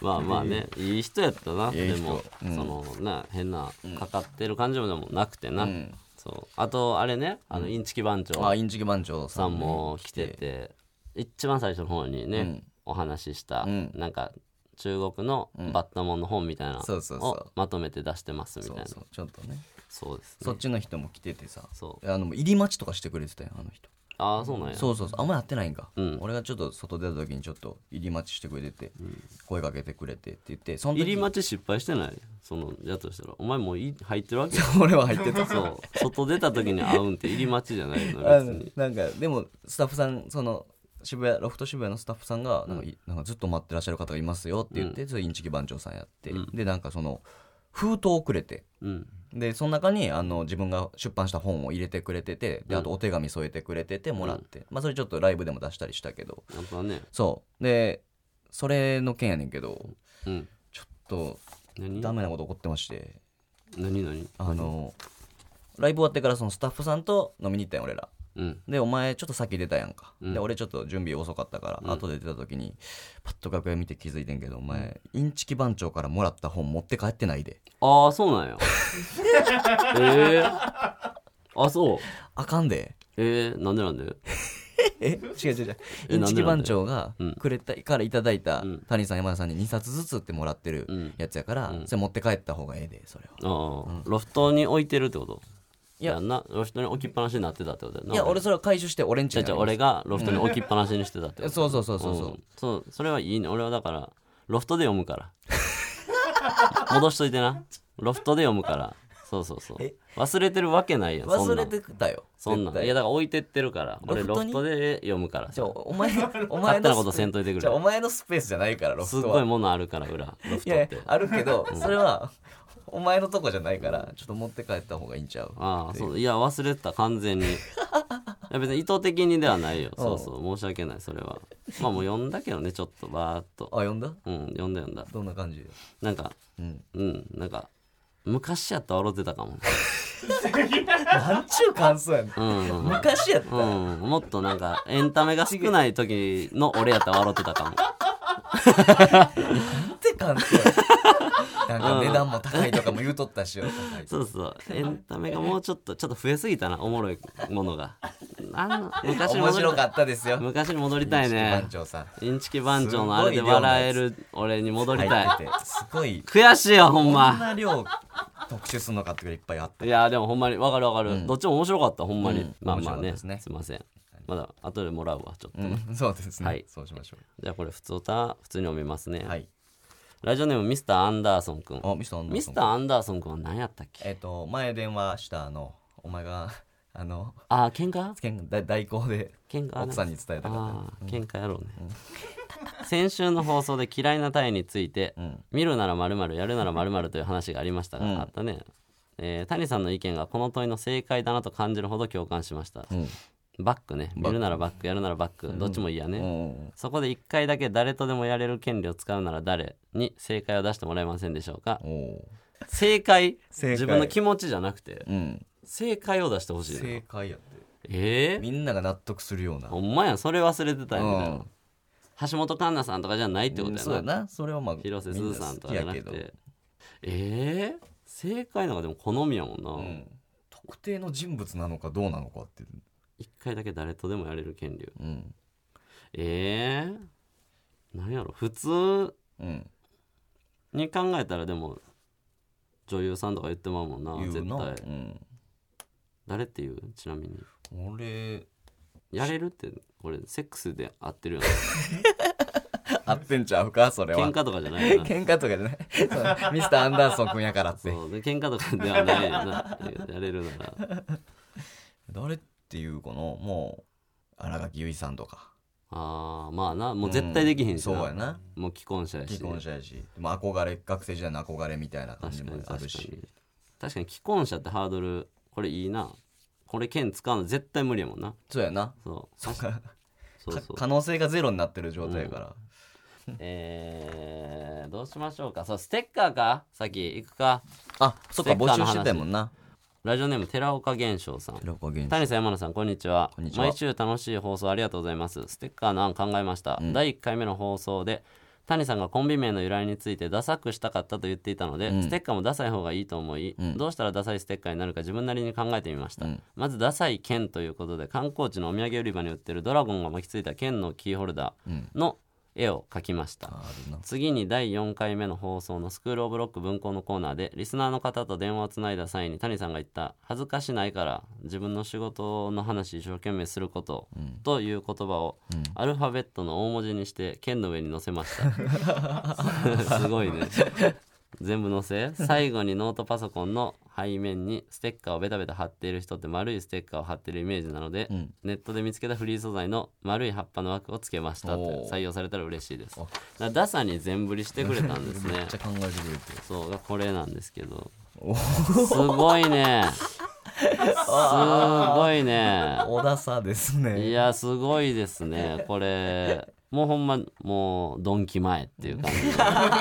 Speaker 1: まあまあね、いい人やったな。
Speaker 2: いい
Speaker 1: で
Speaker 2: 人
Speaker 1: も、
Speaker 2: うん
Speaker 1: そのな、変な、かかってる感じもでもなくてな。
Speaker 2: ん
Speaker 1: そう。あと、あれね、あの、インチキ番長
Speaker 2: あインチキ番長
Speaker 1: さ
Speaker 2: さん
Speaker 1: ん
Speaker 2: も
Speaker 1: も来てて、一番最初の方にね、お話しした、
Speaker 2: うん
Speaker 1: なんか中国の
Speaker 2: うん
Speaker 1: バッタモンの本みたいな
Speaker 2: そうそう
Speaker 1: のを
Speaker 2: そ
Speaker 1: まとめて出してます
Speaker 2: う
Speaker 1: みた
Speaker 2: そ
Speaker 1: いな
Speaker 2: うそうちょっとね
Speaker 1: そうです
Speaker 2: そ
Speaker 1: ね
Speaker 2: っちの人も来ててさ
Speaker 1: そう
Speaker 2: あのもう入り待ちとかしてくれてたよあの人
Speaker 1: ああそうなんや
Speaker 2: そうそうそうあんまやってないんか、
Speaker 1: うん
Speaker 2: 俺がちょっと外出た時にちょっと入り待ちしてくれてて、声かけてくれてって言ってその時
Speaker 1: 入り待ち失敗してないそのやつとしたらお前もうい入ってるわけや
Speaker 2: (laughs) 俺は入ってた
Speaker 1: そう外出た時に会うんって入り待ちじゃないの
Speaker 2: あ
Speaker 1: 別に
Speaker 2: なんかでもスタッフさんその渋谷ロフト渋谷のスタッフさんがなんか,、なんかずっと待ってらっしゃる方がいますよって言って、それインチキ番長さんやって、でなんかその封筒をくれて
Speaker 1: うん
Speaker 2: でその中にあの自分が出版した本を入れてくれててであとお手紙添えてくれててもらって、まあそれちょっとライブでも出したりしたけど
Speaker 1: やっぱね
Speaker 2: そうでそれの件やねんけど
Speaker 1: うん
Speaker 2: ちょっと
Speaker 1: 何
Speaker 2: ダメなこと起こってまして
Speaker 1: 何何
Speaker 2: あのライブ終わってからそのスタッフさんと飲みに行ったよ俺ら。
Speaker 1: うん
Speaker 2: でお前ちょっと先出たやんか、
Speaker 1: うん
Speaker 2: で俺ちょっと準備遅かったから、後で出た時にパッと楽屋見て気づいてんけどお前インチキ番長からもらった本持って帰ってないで
Speaker 1: ああそうな
Speaker 2: (laughs)
Speaker 1: んやええあそう
Speaker 2: あかんで
Speaker 1: えー、なんでなんで
Speaker 2: え違う違う違う
Speaker 1: え
Speaker 2: インチキ
Speaker 1: なん
Speaker 2: 番
Speaker 1: で
Speaker 2: 長が
Speaker 1: うん
Speaker 2: くれたからいただいた
Speaker 1: うん
Speaker 2: 谷さん山田さんに2冊ずつってもらってる
Speaker 1: うん
Speaker 2: やつやから、それ持って帰った方がええでそれは
Speaker 1: ああ、ロフトに置いてるってことい
Speaker 2: いや
Speaker 1: やなロフトに置きっぱなしになってたってことやない
Speaker 2: や俺それは回収して俺んち
Speaker 1: じゃ
Speaker 2: に
Speaker 1: あじゃあ
Speaker 2: あり
Speaker 1: 俺がロフトに置きっぱなしにしてたっ
Speaker 2: ま
Speaker 1: てこと
Speaker 2: すそうそう (laughs) そうそうそう、
Speaker 1: んそうそれはいいね俺はだからロフトで読むから (laughs) 戻しといてなロフトで読むからそうそうそう忘れてるわけないやんそ
Speaker 2: 忘
Speaker 1: ん
Speaker 2: れ
Speaker 1: なん
Speaker 2: てたよ
Speaker 1: そんなん
Speaker 2: 絶対
Speaker 1: いやだから置いてってるから俺ロ
Speaker 2: ロフ
Speaker 1: フ
Speaker 2: トに
Speaker 1: トで読むから
Speaker 2: じゃあお前お前
Speaker 1: 勝手な
Speaker 2: の
Speaker 1: こと
Speaker 2: スペ
Speaker 1: せんといてく
Speaker 2: じゃあお
Speaker 1: れ
Speaker 2: 前のスペースじゃないからロフ
Speaker 1: すっ
Speaker 2: ト
Speaker 1: ご
Speaker 2: はい
Speaker 1: ものあるから裏ロフ
Speaker 2: い
Speaker 1: ト
Speaker 2: や
Speaker 1: っ
Speaker 2: い
Speaker 1: て
Speaker 2: やあるけどそれはお前のとこじゃないからちょっと持って帰った方がいいんちゃう
Speaker 1: ああそういや忘れてた完 (laughs) 全にいや別に意図的にではないよそうそう申し訳ないそれはまあもう読んだけどねちょっとバーっと
Speaker 2: あ呼んだ
Speaker 1: うん読んだ読んだ
Speaker 2: どんな感じ
Speaker 1: なんか
Speaker 2: うん
Speaker 1: うんなんか昔やったら笑ってたかも
Speaker 2: なんちゅう感想やねん
Speaker 1: うんうん
Speaker 2: 昔やった
Speaker 1: うん、もっとなんかエンタメが少ない時の俺やったら笑ってたかも。
Speaker 2: って感想やなんか値段も高いとかも言うとったしよ高い
Speaker 1: そうそう。エンタメがもうちょっと、ちょっと増えすぎたな、おもろいものが。あの昔に
Speaker 2: 面
Speaker 1: 戻り
Speaker 2: 白かったですよ
Speaker 1: 昔に戻りたいね
Speaker 2: 番。長さん
Speaker 1: インチキ番長のあれで笑える俺に戻りたい。
Speaker 2: 入っててすごい
Speaker 1: 悔しいよ、ほ
Speaker 2: こ
Speaker 1: ん
Speaker 2: ん
Speaker 1: ま。
Speaker 2: な量特集するのかってくらいいっぱいあった
Speaker 1: いや、でもほんまに、わかるわかる、どっちも面白かった、ほんまに。
Speaker 2: うん
Speaker 1: まあまあ
Speaker 2: 面白かった
Speaker 1: ね、
Speaker 2: ですすね
Speaker 1: いません。まだ後でもらうわ、ちょっと。
Speaker 2: うんそうですね、
Speaker 1: はい
Speaker 2: そうしましょ
Speaker 1: じゃあこれ、普通歌、普通に読みますね。
Speaker 2: うはい
Speaker 1: ラジオネーム、ミスターアンダーソンくん。
Speaker 2: あミスターアンダーソン
Speaker 1: ミスターアンダーソンくんは何やったっけ
Speaker 2: えっ、と前電話したあのお前があの
Speaker 1: あー、喧嘩
Speaker 2: けん代代行で
Speaker 1: 喧嘩
Speaker 2: 奥さんに伝えたか
Speaker 1: ああ喧嘩やろうね、先週の放送で嫌いなタイについて、
Speaker 2: ん
Speaker 1: 見るなら〇〇やるなら〇〇という話がありましたが、あったね、えー谷さんの意見がこの問いの正解だなと感じるほど共感しました、
Speaker 2: った、うん
Speaker 1: バックね見るならバックやるならバック、どっちもいいやね、
Speaker 2: うん
Speaker 1: そこで1回だけ誰とでもやれる権利を使うなら誰に正解を出してもらえませんでしょうか
Speaker 2: おお
Speaker 1: 正解
Speaker 2: 正解
Speaker 1: 自分の気持ちじゃなくて
Speaker 2: うん
Speaker 1: 正解を出してほしいな
Speaker 2: 正解やって
Speaker 1: えー、
Speaker 2: みんなが納得するような
Speaker 1: ほんまやそれ忘れてたよみたいな、
Speaker 2: うん
Speaker 1: 橋本環奈さんとかじゃないってことやな、
Speaker 2: そうやなそれはまあ
Speaker 1: 広瀬すずさんとか
Speaker 2: み
Speaker 1: じゃ
Speaker 2: な好
Speaker 1: な
Speaker 2: き
Speaker 1: く
Speaker 2: やけど
Speaker 1: てえー、正解なんかでも好みやもん
Speaker 2: う
Speaker 1: な、
Speaker 2: ん特定の人物なのかどうなのかって
Speaker 1: 一回だけ誰とでもやれる権利
Speaker 2: うん
Speaker 1: えー、何やろ普通
Speaker 2: うん
Speaker 1: に考えたらでも女優さんとか言ってまうもんな
Speaker 2: 言う
Speaker 1: 絶
Speaker 2: な
Speaker 1: 対
Speaker 2: うん
Speaker 1: 誰っていうちなみに
Speaker 2: 俺
Speaker 1: やれるってこれセックスで合っ
Speaker 2: (laughs)
Speaker 1: てるよね
Speaker 2: 合ってんちゃうかそれは
Speaker 1: 喧嘩とかじゃないよ
Speaker 2: (laughs)
Speaker 1: な
Speaker 2: 喧嘩とかじゃないそうミスターアンダーソン君やからって
Speaker 1: そうで喧嘩とかではない
Speaker 2: (laughs)
Speaker 1: よなやれるなら
Speaker 2: 誰っていうかなもう新垣結衣さんとか
Speaker 1: あーまあなもう絶対できへんし
Speaker 2: そうやな
Speaker 1: もう既婚者やし
Speaker 2: 既婚者やし、でも憧れ学生時代の憧れみたいな感じ
Speaker 1: 確か
Speaker 2: も
Speaker 1: に
Speaker 2: あ
Speaker 1: 確
Speaker 2: る
Speaker 1: かに
Speaker 2: し
Speaker 1: 確かに既婚者ってハードルこれいいなこれ剣使うの絶対無理やもんな
Speaker 2: そうやな
Speaker 1: そう
Speaker 2: そうか
Speaker 1: そうそう
Speaker 2: 可能性がゼロになってる状態やから、
Speaker 1: えー、どうしましょうかそうステッカーか先行くか
Speaker 2: あそっか
Speaker 1: ステッ
Speaker 2: 募
Speaker 1: カーの話
Speaker 2: 集してたもんな
Speaker 1: ラジオネーム寺岡源章さん
Speaker 2: 寺岡源氏
Speaker 1: 谷さん山野さんこんにちは
Speaker 2: こんにちは
Speaker 1: 毎週楽しい放送ありがとうございますステッカーの案考えました、第1回目の放送で谷さんがコンビ名の由来についてダサくしたかったと言っていたので、ステッカーもダサい方がいいと思い、どうしたらダサいステッカーになるか自分なりに考えてみました、まずダサい剣ということで観光地のお土産売り場に売ってるドラゴンが巻きついた剣のキーホルダーの絵を描きました
Speaker 2: あるな
Speaker 1: 次に第4回目の放送のスクール・オブ・ロック文庫のコーナーでリスナーの方と電話をつないだ際に谷さんが言った「恥ずかしないから自分の仕事の話一生懸命すること」という言葉をアルファベットの大文字にして剣の上に載せました (laughs) すごいね全部載せ最後にノートパソコンの背面にステッカーをベタベタ貼っている人って丸いステッカーを貼ってるイメージなので、
Speaker 2: うん
Speaker 1: ネットで見つけたフリー素材の丸い葉っぱの枠をつけましたって
Speaker 2: おー
Speaker 1: 採用されたら嬉しいです
Speaker 2: あ
Speaker 1: だからダサに全振りしてくれたんです
Speaker 2: め
Speaker 1: ね
Speaker 2: っちゃ考えてくれて
Speaker 1: そうがこれなんですけど
Speaker 2: お
Speaker 1: すごいねすごいね
Speaker 2: 小田さです
Speaker 1: い
Speaker 2: ね
Speaker 1: やすごいですねこれもうほんまもうドンキ前っていう感じ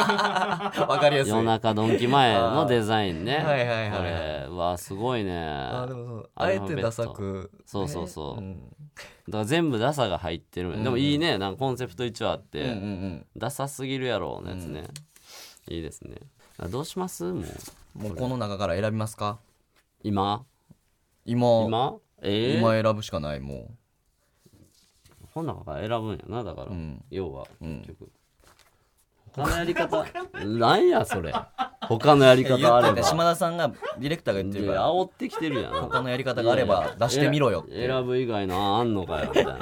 Speaker 2: わかりやすい
Speaker 1: 夜中ドンキ前のデザインね
Speaker 2: あーはいはいはい
Speaker 1: これうわすごいね
Speaker 2: あ
Speaker 1: だ
Speaker 2: ーで
Speaker 1: か
Speaker 2: もそう
Speaker 1: ア
Speaker 2: あ
Speaker 1: ル
Speaker 2: え
Speaker 1: フ
Speaker 2: て
Speaker 1: ァベット
Speaker 2: ダサく
Speaker 1: そうそうそう
Speaker 2: ねん
Speaker 1: ら全部ダサが入ってるでもいいねなんかコンセプト一応あっ
Speaker 2: うんう
Speaker 1: て
Speaker 2: ん
Speaker 1: ダサすぎるやろのやつねいいですねあどうしますもう
Speaker 2: うんもうこの中から選びますか
Speaker 1: 今
Speaker 2: 今
Speaker 1: 今ええ
Speaker 2: 今選ぶしかないも
Speaker 1: こん中から選ぶんやなだから
Speaker 2: ううん
Speaker 1: 要は
Speaker 2: うん
Speaker 1: 結局他のやり方なんやそれ他のやり
Speaker 2: 言っ
Speaker 1: 方あれ
Speaker 2: といて
Speaker 1: ば
Speaker 2: 島田さんがディレクターが言って
Speaker 1: で
Speaker 2: るから
Speaker 1: 煽ってきてるやん
Speaker 2: 他のやり方があれば出してみろよって
Speaker 1: えら選ぶ以外の案あんのかよみたいな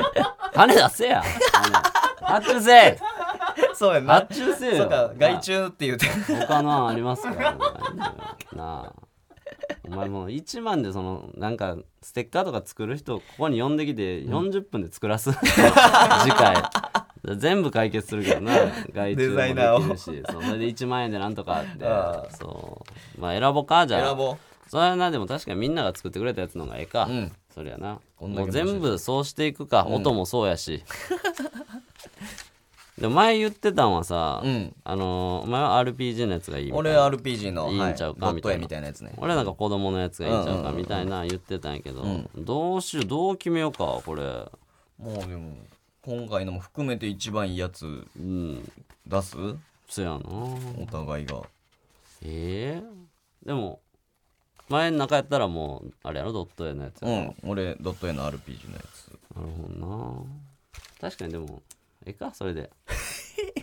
Speaker 1: 金出
Speaker 2: (laughs)
Speaker 1: せや発注せえ
Speaker 2: そうや
Speaker 1: 発注せえ
Speaker 2: そ
Speaker 1: よ
Speaker 2: うか外注って言うて
Speaker 1: なあ他の案ありますからみたいななあお前もう1万でそのなんかステッカーとか作る人をここに呼んできて40分で作
Speaker 2: (laughs)
Speaker 1: らす、次回全部解決するけどな外注
Speaker 2: デ
Speaker 1: も
Speaker 2: ザイナーを
Speaker 1: できるしそれで1万円でなんとかって
Speaker 2: あ
Speaker 1: そうまあ選ぼかじゃあ
Speaker 2: 選ぼ
Speaker 1: それはなでも確かにみんなが作ってくれたやつの方がええか、
Speaker 2: ううん
Speaker 1: そりゃな
Speaker 2: こんだ
Speaker 1: も
Speaker 2: け面
Speaker 1: う
Speaker 2: 白い
Speaker 1: 全部そうしていくか、音もそうやし (laughs) でも前言ってたんはさ、
Speaker 2: うん
Speaker 1: あのーお前は RPG のやつがいいみたい
Speaker 2: 俺
Speaker 1: な
Speaker 2: RPG の
Speaker 1: いいん
Speaker 2: はい
Speaker 1: ちゃうか
Speaker 2: ドッ
Speaker 1: み
Speaker 2: ト
Speaker 1: たいな
Speaker 2: 絵みたいなやつね
Speaker 1: 俺なんか子供のやつがいいんちゃう
Speaker 2: うんうんうん
Speaker 1: か
Speaker 2: うん
Speaker 1: みたいな言ってたんやけど、どうしようどう決めようかこれ
Speaker 2: もうでも今回のも含めて一番いいやつ
Speaker 1: うん
Speaker 2: 出す
Speaker 1: そやな
Speaker 2: お互いが
Speaker 1: えー、でも前の中やったらもうあれやろドット絵のやつや
Speaker 2: う
Speaker 1: ろ、
Speaker 2: ん俺ドット絵の RPG のやつ
Speaker 1: なるほどな確かにでもええかそれで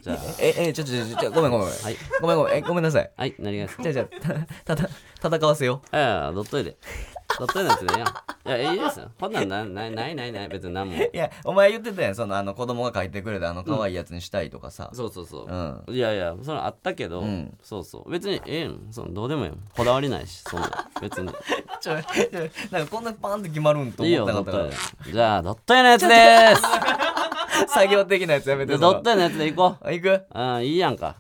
Speaker 1: じゃあ
Speaker 2: ええちょちょちょちょごめんごめん
Speaker 1: はい
Speaker 2: ごめんごめんえごめんなさい
Speaker 1: はい何がですか
Speaker 2: じゃあじゃあたたた戦わせよ
Speaker 1: いやいや、ドット絵で。ドット絵なんてね、いや、いや、いいですよ。こんなんなないないないない、別に何も。
Speaker 2: ういやお前言ってたやんそのあの子供が描いてくれたあの可愛いやつにしたいとかさ
Speaker 1: そうそうそうう。
Speaker 2: ん
Speaker 1: いやいや、それあったけど、
Speaker 2: ん
Speaker 1: そうそう。別にええん、そのどうでもええん。こだわりないし、そんな。
Speaker 2: (laughs)
Speaker 1: 別に。
Speaker 2: ちょちょなんかこんなパンって決まるんと
Speaker 1: いい
Speaker 2: 思
Speaker 1: よ、
Speaker 2: って
Speaker 1: ド
Speaker 2: なかっ
Speaker 1: ッ
Speaker 2: たから
Speaker 1: ト絵で。じゃあ、ドット絵のや
Speaker 2: (laughs)
Speaker 1: つで
Speaker 2: 作業的なやつやめ
Speaker 1: ー
Speaker 2: て
Speaker 1: すドッ
Speaker 2: その
Speaker 1: ト絵のやつでいこ
Speaker 2: あ行く
Speaker 1: う。うん、いいやんか。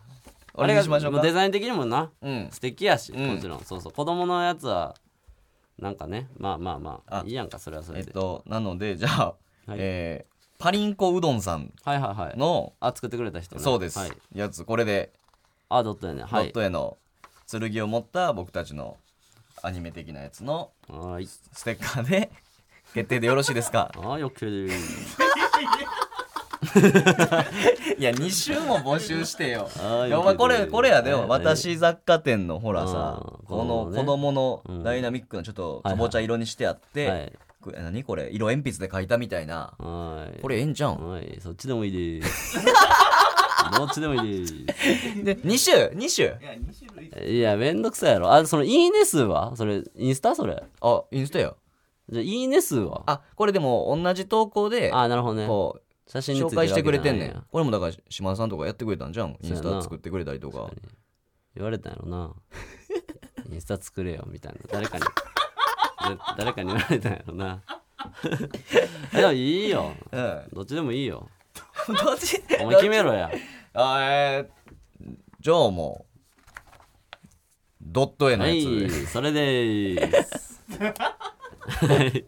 Speaker 2: 俺にしましょう
Speaker 1: あれが
Speaker 2: か
Speaker 1: デザイン的にもな、
Speaker 2: うん
Speaker 1: 素敵やし、
Speaker 2: うん
Speaker 1: もちろん。そうそう。子供のやつは、なんかね、まあまあまあ
Speaker 2: あ、
Speaker 1: いいやんか、それはそ
Speaker 2: え
Speaker 1: れ
Speaker 2: っ
Speaker 1: で。
Speaker 2: となのでじゃあ
Speaker 1: はい
Speaker 2: えーパリンコうどんさん
Speaker 1: はいはいはい。
Speaker 2: の
Speaker 1: あ、作ってくれた人ね
Speaker 2: そうです
Speaker 1: はい。
Speaker 2: やつこれで
Speaker 1: あ、ドット絵ね。
Speaker 2: ド
Speaker 1: は
Speaker 2: ッ
Speaker 1: い。
Speaker 2: ト絵の剣を持った僕たちのアニメ的なやつの
Speaker 1: はーい。
Speaker 2: ステッカー
Speaker 1: (laughs)
Speaker 2: で決定でよろしいですか
Speaker 1: ああ、よくる。
Speaker 2: いや2週も募集してよ
Speaker 1: あー
Speaker 2: いやお前こ
Speaker 1: よく
Speaker 2: れ
Speaker 1: 出る
Speaker 2: これやでも
Speaker 1: はいはい
Speaker 2: 私雑貨店のほらさ
Speaker 1: うん
Speaker 2: この
Speaker 1: このね
Speaker 2: 子供のダイナミックなちょっとかぼちゃ色にしてあっ
Speaker 1: は
Speaker 2: て
Speaker 1: い。
Speaker 2: これ何これ色鉛筆で描いたみたいな
Speaker 1: はい。
Speaker 2: これええんちゃうん
Speaker 1: はい、そっちでもいいです。 (laughs) どっちでもいいで
Speaker 2: で2週2週
Speaker 1: す。いや、めんどくさいやろ。あ、その、いいね数はそれ、インスタそれ。
Speaker 2: あインスタや
Speaker 1: じゃあ、いいね数はあ
Speaker 2: あこれでも同じ投稿で
Speaker 1: なるほどね。
Speaker 2: こう
Speaker 1: 写真につい
Speaker 2: 紹
Speaker 1: てるわ
Speaker 2: 介し
Speaker 1: けじゃ
Speaker 2: てくれてん
Speaker 1: な
Speaker 2: ね
Speaker 1: いや
Speaker 2: んこれもだから島田さんとかやってくれたんじゃんイ
Speaker 1: そうや
Speaker 2: ン
Speaker 1: な
Speaker 2: スタ作ってくれたりとか
Speaker 1: 言われたんやろな。インスタ作れよ、みたいな。誰かに。 (laughs) ぜ誰かに言われたんやろな。 (laughs) いや、いいよ。
Speaker 2: うん
Speaker 1: どっちでもいいよ。
Speaker 2: どっち (laughs)
Speaker 1: お前決めろや。
Speaker 2: あえーじゃあもうドット絵の
Speaker 1: は
Speaker 2: や
Speaker 1: い
Speaker 2: つ、
Speaker 1: それでーす。はい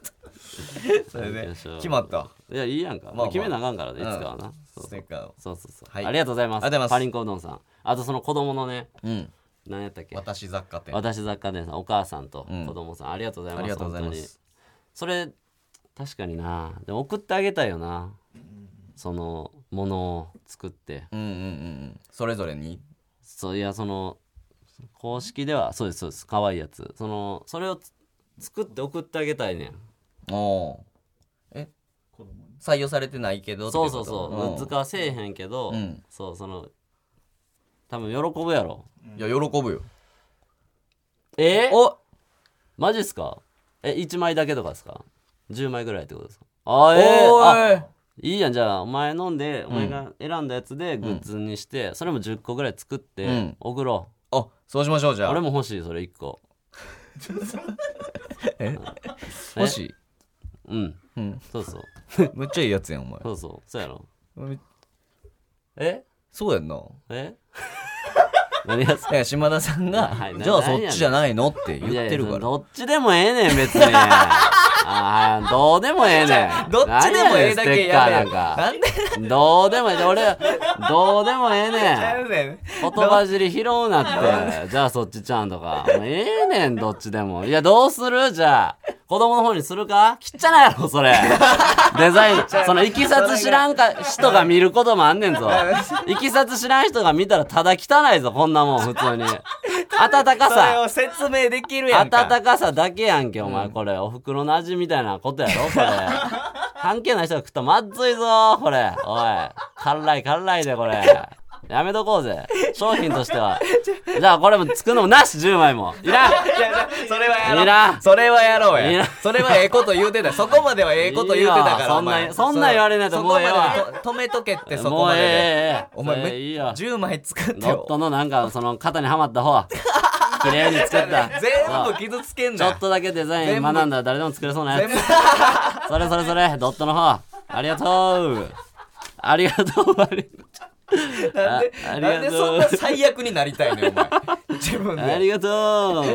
Speaker 2: それで
Speaker 1: よいしょ
Speaker 2: 決まった
Speaker 1: いや、いいやんか。
Speaker 2: まあまあ
Speaker 1: 決めなあかんからね、いつかはな。そう
Speaker 2: ステッカーを
Speaker 1: そうそうそう、
Speaker 2: はい
Speaker 1: ありがとうございます。
Speaker 2: ありがとうございます
Speaker 1: パリンコうどんさん。あとその子供のね、
Speaker 2: うん
Speaker 1: 何やったっけ
Speaker 2: 私雑貨店
Speaker 1: 私雑貨店さん、お母さんと
Speaker 2: うん
Speaker 1: 子供さん、ありがとうございます。
Speaker 2: ありがとうございます
Speaker 1: 本当にそれ、確かにな。でも送ってあげたいよな。そのものを作って。
Speaker 2: うんうんうんうんそれぞれに
Speaker 1: そういやその公式ではそうですそうです可愛いやつそのそれをつ作って送ってあげたいねん
Speaker 2: おーえ
Speaker 3: 子供に
Speaker 2: 採用されてないけど
Speaker 1: そうそうそう、グッズ
Speaker 2: か
Speaker 1: 化はせえへんけど、
Speaker 2: うん
Speaker 1: そうその多分喜ぶやろ
Speaker 2: いや喜ぶよ
Speaker 1: えー、
Speaker 2: お
Speaker 1: マジっすかえ1枚だけとかですか10枚ぐらいってことですかあえー、
Speaker 2: お
Speaker 1: あ
Speaker 2: ーい
Speaker 1: いいやんじゃあお前飲んでお前が選んだやつでグッズにして、それも10個ぐらい作っ
Speaker 2: う
Speaker 1: て
Speaker 2: ん
Speaker 1: 送ろ
Speaker 2: あそうしましょうじ
Speaker 1: う、
Speaker 2: ゃあ
Speaker 1: 俺も欲しいそれ1個
Speaker 2: (laughs) もし
Speaker 1: うん
Speaker 2: うん (laughs)
Speaker 1: そうそう
Speaker 2: むっちゃいいやつやんお前
Speaker 1: そうそうそうやろ
Speaker 2: め
Speaker 1: え
Speaker 2: そうやんな
Speaker 1: え何がっす
Speaker 2: だから島田さんが
Speaker 1: はい
Speaker 2: 「
Speaker 1: な
Speaker 2: じゃあ
Speaker 1: なん
Speaker 2: そ
Speaker 1: や
Speaker 2: っ
Speaker 1: ねん
Speaker 2: ちじゃないの?」って言
Speaker 1: いや
Speaker 2: っ
Speaker 1: い
Speaker 2: て
Speaker 1: や
Speaker 2: るから
Speaker 1: どっちでもええね
Speaker 2: (laughs)
Speaker 1: ん別にああどうでもええねん
Speaker 2: どっちでもええだけや
Speaker 1: 何
Speaker 2: べ
Speaker 1: や
Speaker 2: え (laughs)
Speaker 1: ねんステッカーなんか
Speaker 2: なんで
Speaker 1: どうでもええ俺どうでもええねん
Speaker 2: やねん
Speaker 1: 言葉尻拾うなってじゃあそっちちゃんとかもうええねんどっちでもいやどうするじゃあ子供の方にするかきっちゃないやろそれデザインそのいきさつ知らんか人が見ることもあんねんぞいきさつ知らん人が見たらただ汚いぞこんなもん普通に温かさ
Speaker 2: それを説明できるやんか
Speaker 1: 温かさだけやんけお前これ、おふくろの味みたいなことやろこれ
Speaker 2: (laughs)
Speaker 1: 関係ない人が食ったらまずいぞこれおい辛い辛いでこれやめとこうぜ商品とし
Speaker 2: (laughs)
Speaker 1: てはじゃあこれも作るのもなし10枚もいらん
Speaker 2: いやいやそれはや
Speaker 1: いい
Speaker 2: ろ
Speaker 1: な
Speaker 2: うそれはやろう
Speaker 1: いい
Speaker 2: や
Speaker 1: な
Speaker 2: それはええこと言うてたそこまではええこと言うてた
Speaker 1: いい
Speaker 2: か
Speaker 1: よ
Speaker 2: ら
Speaker 1: そ
Speaker 2: お
Speaker 1: んな
Speaker 2: 前
Speaker 1: そんなん言われないと
Speaker 2: そ
Speaker 1: もうええわ
Speaker 2: そこまでと止めとけってそ
Speaker 1: も
Speaker 2: こ
Speaker 1: う
Speaker 2: ま
Speaker 1: え
Speaker 2: でで
Speaker 1: えええ
Speaker 2: お前
Speaker 1: それいいよ
Speaker 2: 10枚作って
Speaker 1: ノッ
Speaker 2: よ
Speaker 1: トのなんかその肩にはまった方
Speaker 2: (laughs)
Speaker 1: 綺麗に作った
Speaker 2: 全
Speaker 1: そ
Speaker 2: 部
Speaker 1: う
Speaker 2: 傷つけん
Speaker 1: ちょっ
Speaker 2: な
Speaker 1: とだけデザイン
Speaker 2: 全部
Speaker 1: 学んだら誰でも作れそうなや
Speaker 2: 全
Speaker 1: つ
Speaker 2: 部
Speaker 1: それそれそれドットの方ありがとうありがとうあり
Speaker 2: なんで
Speaker 1: あありがと
Speaker 2: な
Speaker 1: う
Speaker 2: んでそんな最悪になりたいねんお
Speaker 1: (laughs)
Speaker 2: 前自分
Speaker 1: あ
Speaker 2: で
Speaker 1: りがとう (laughs)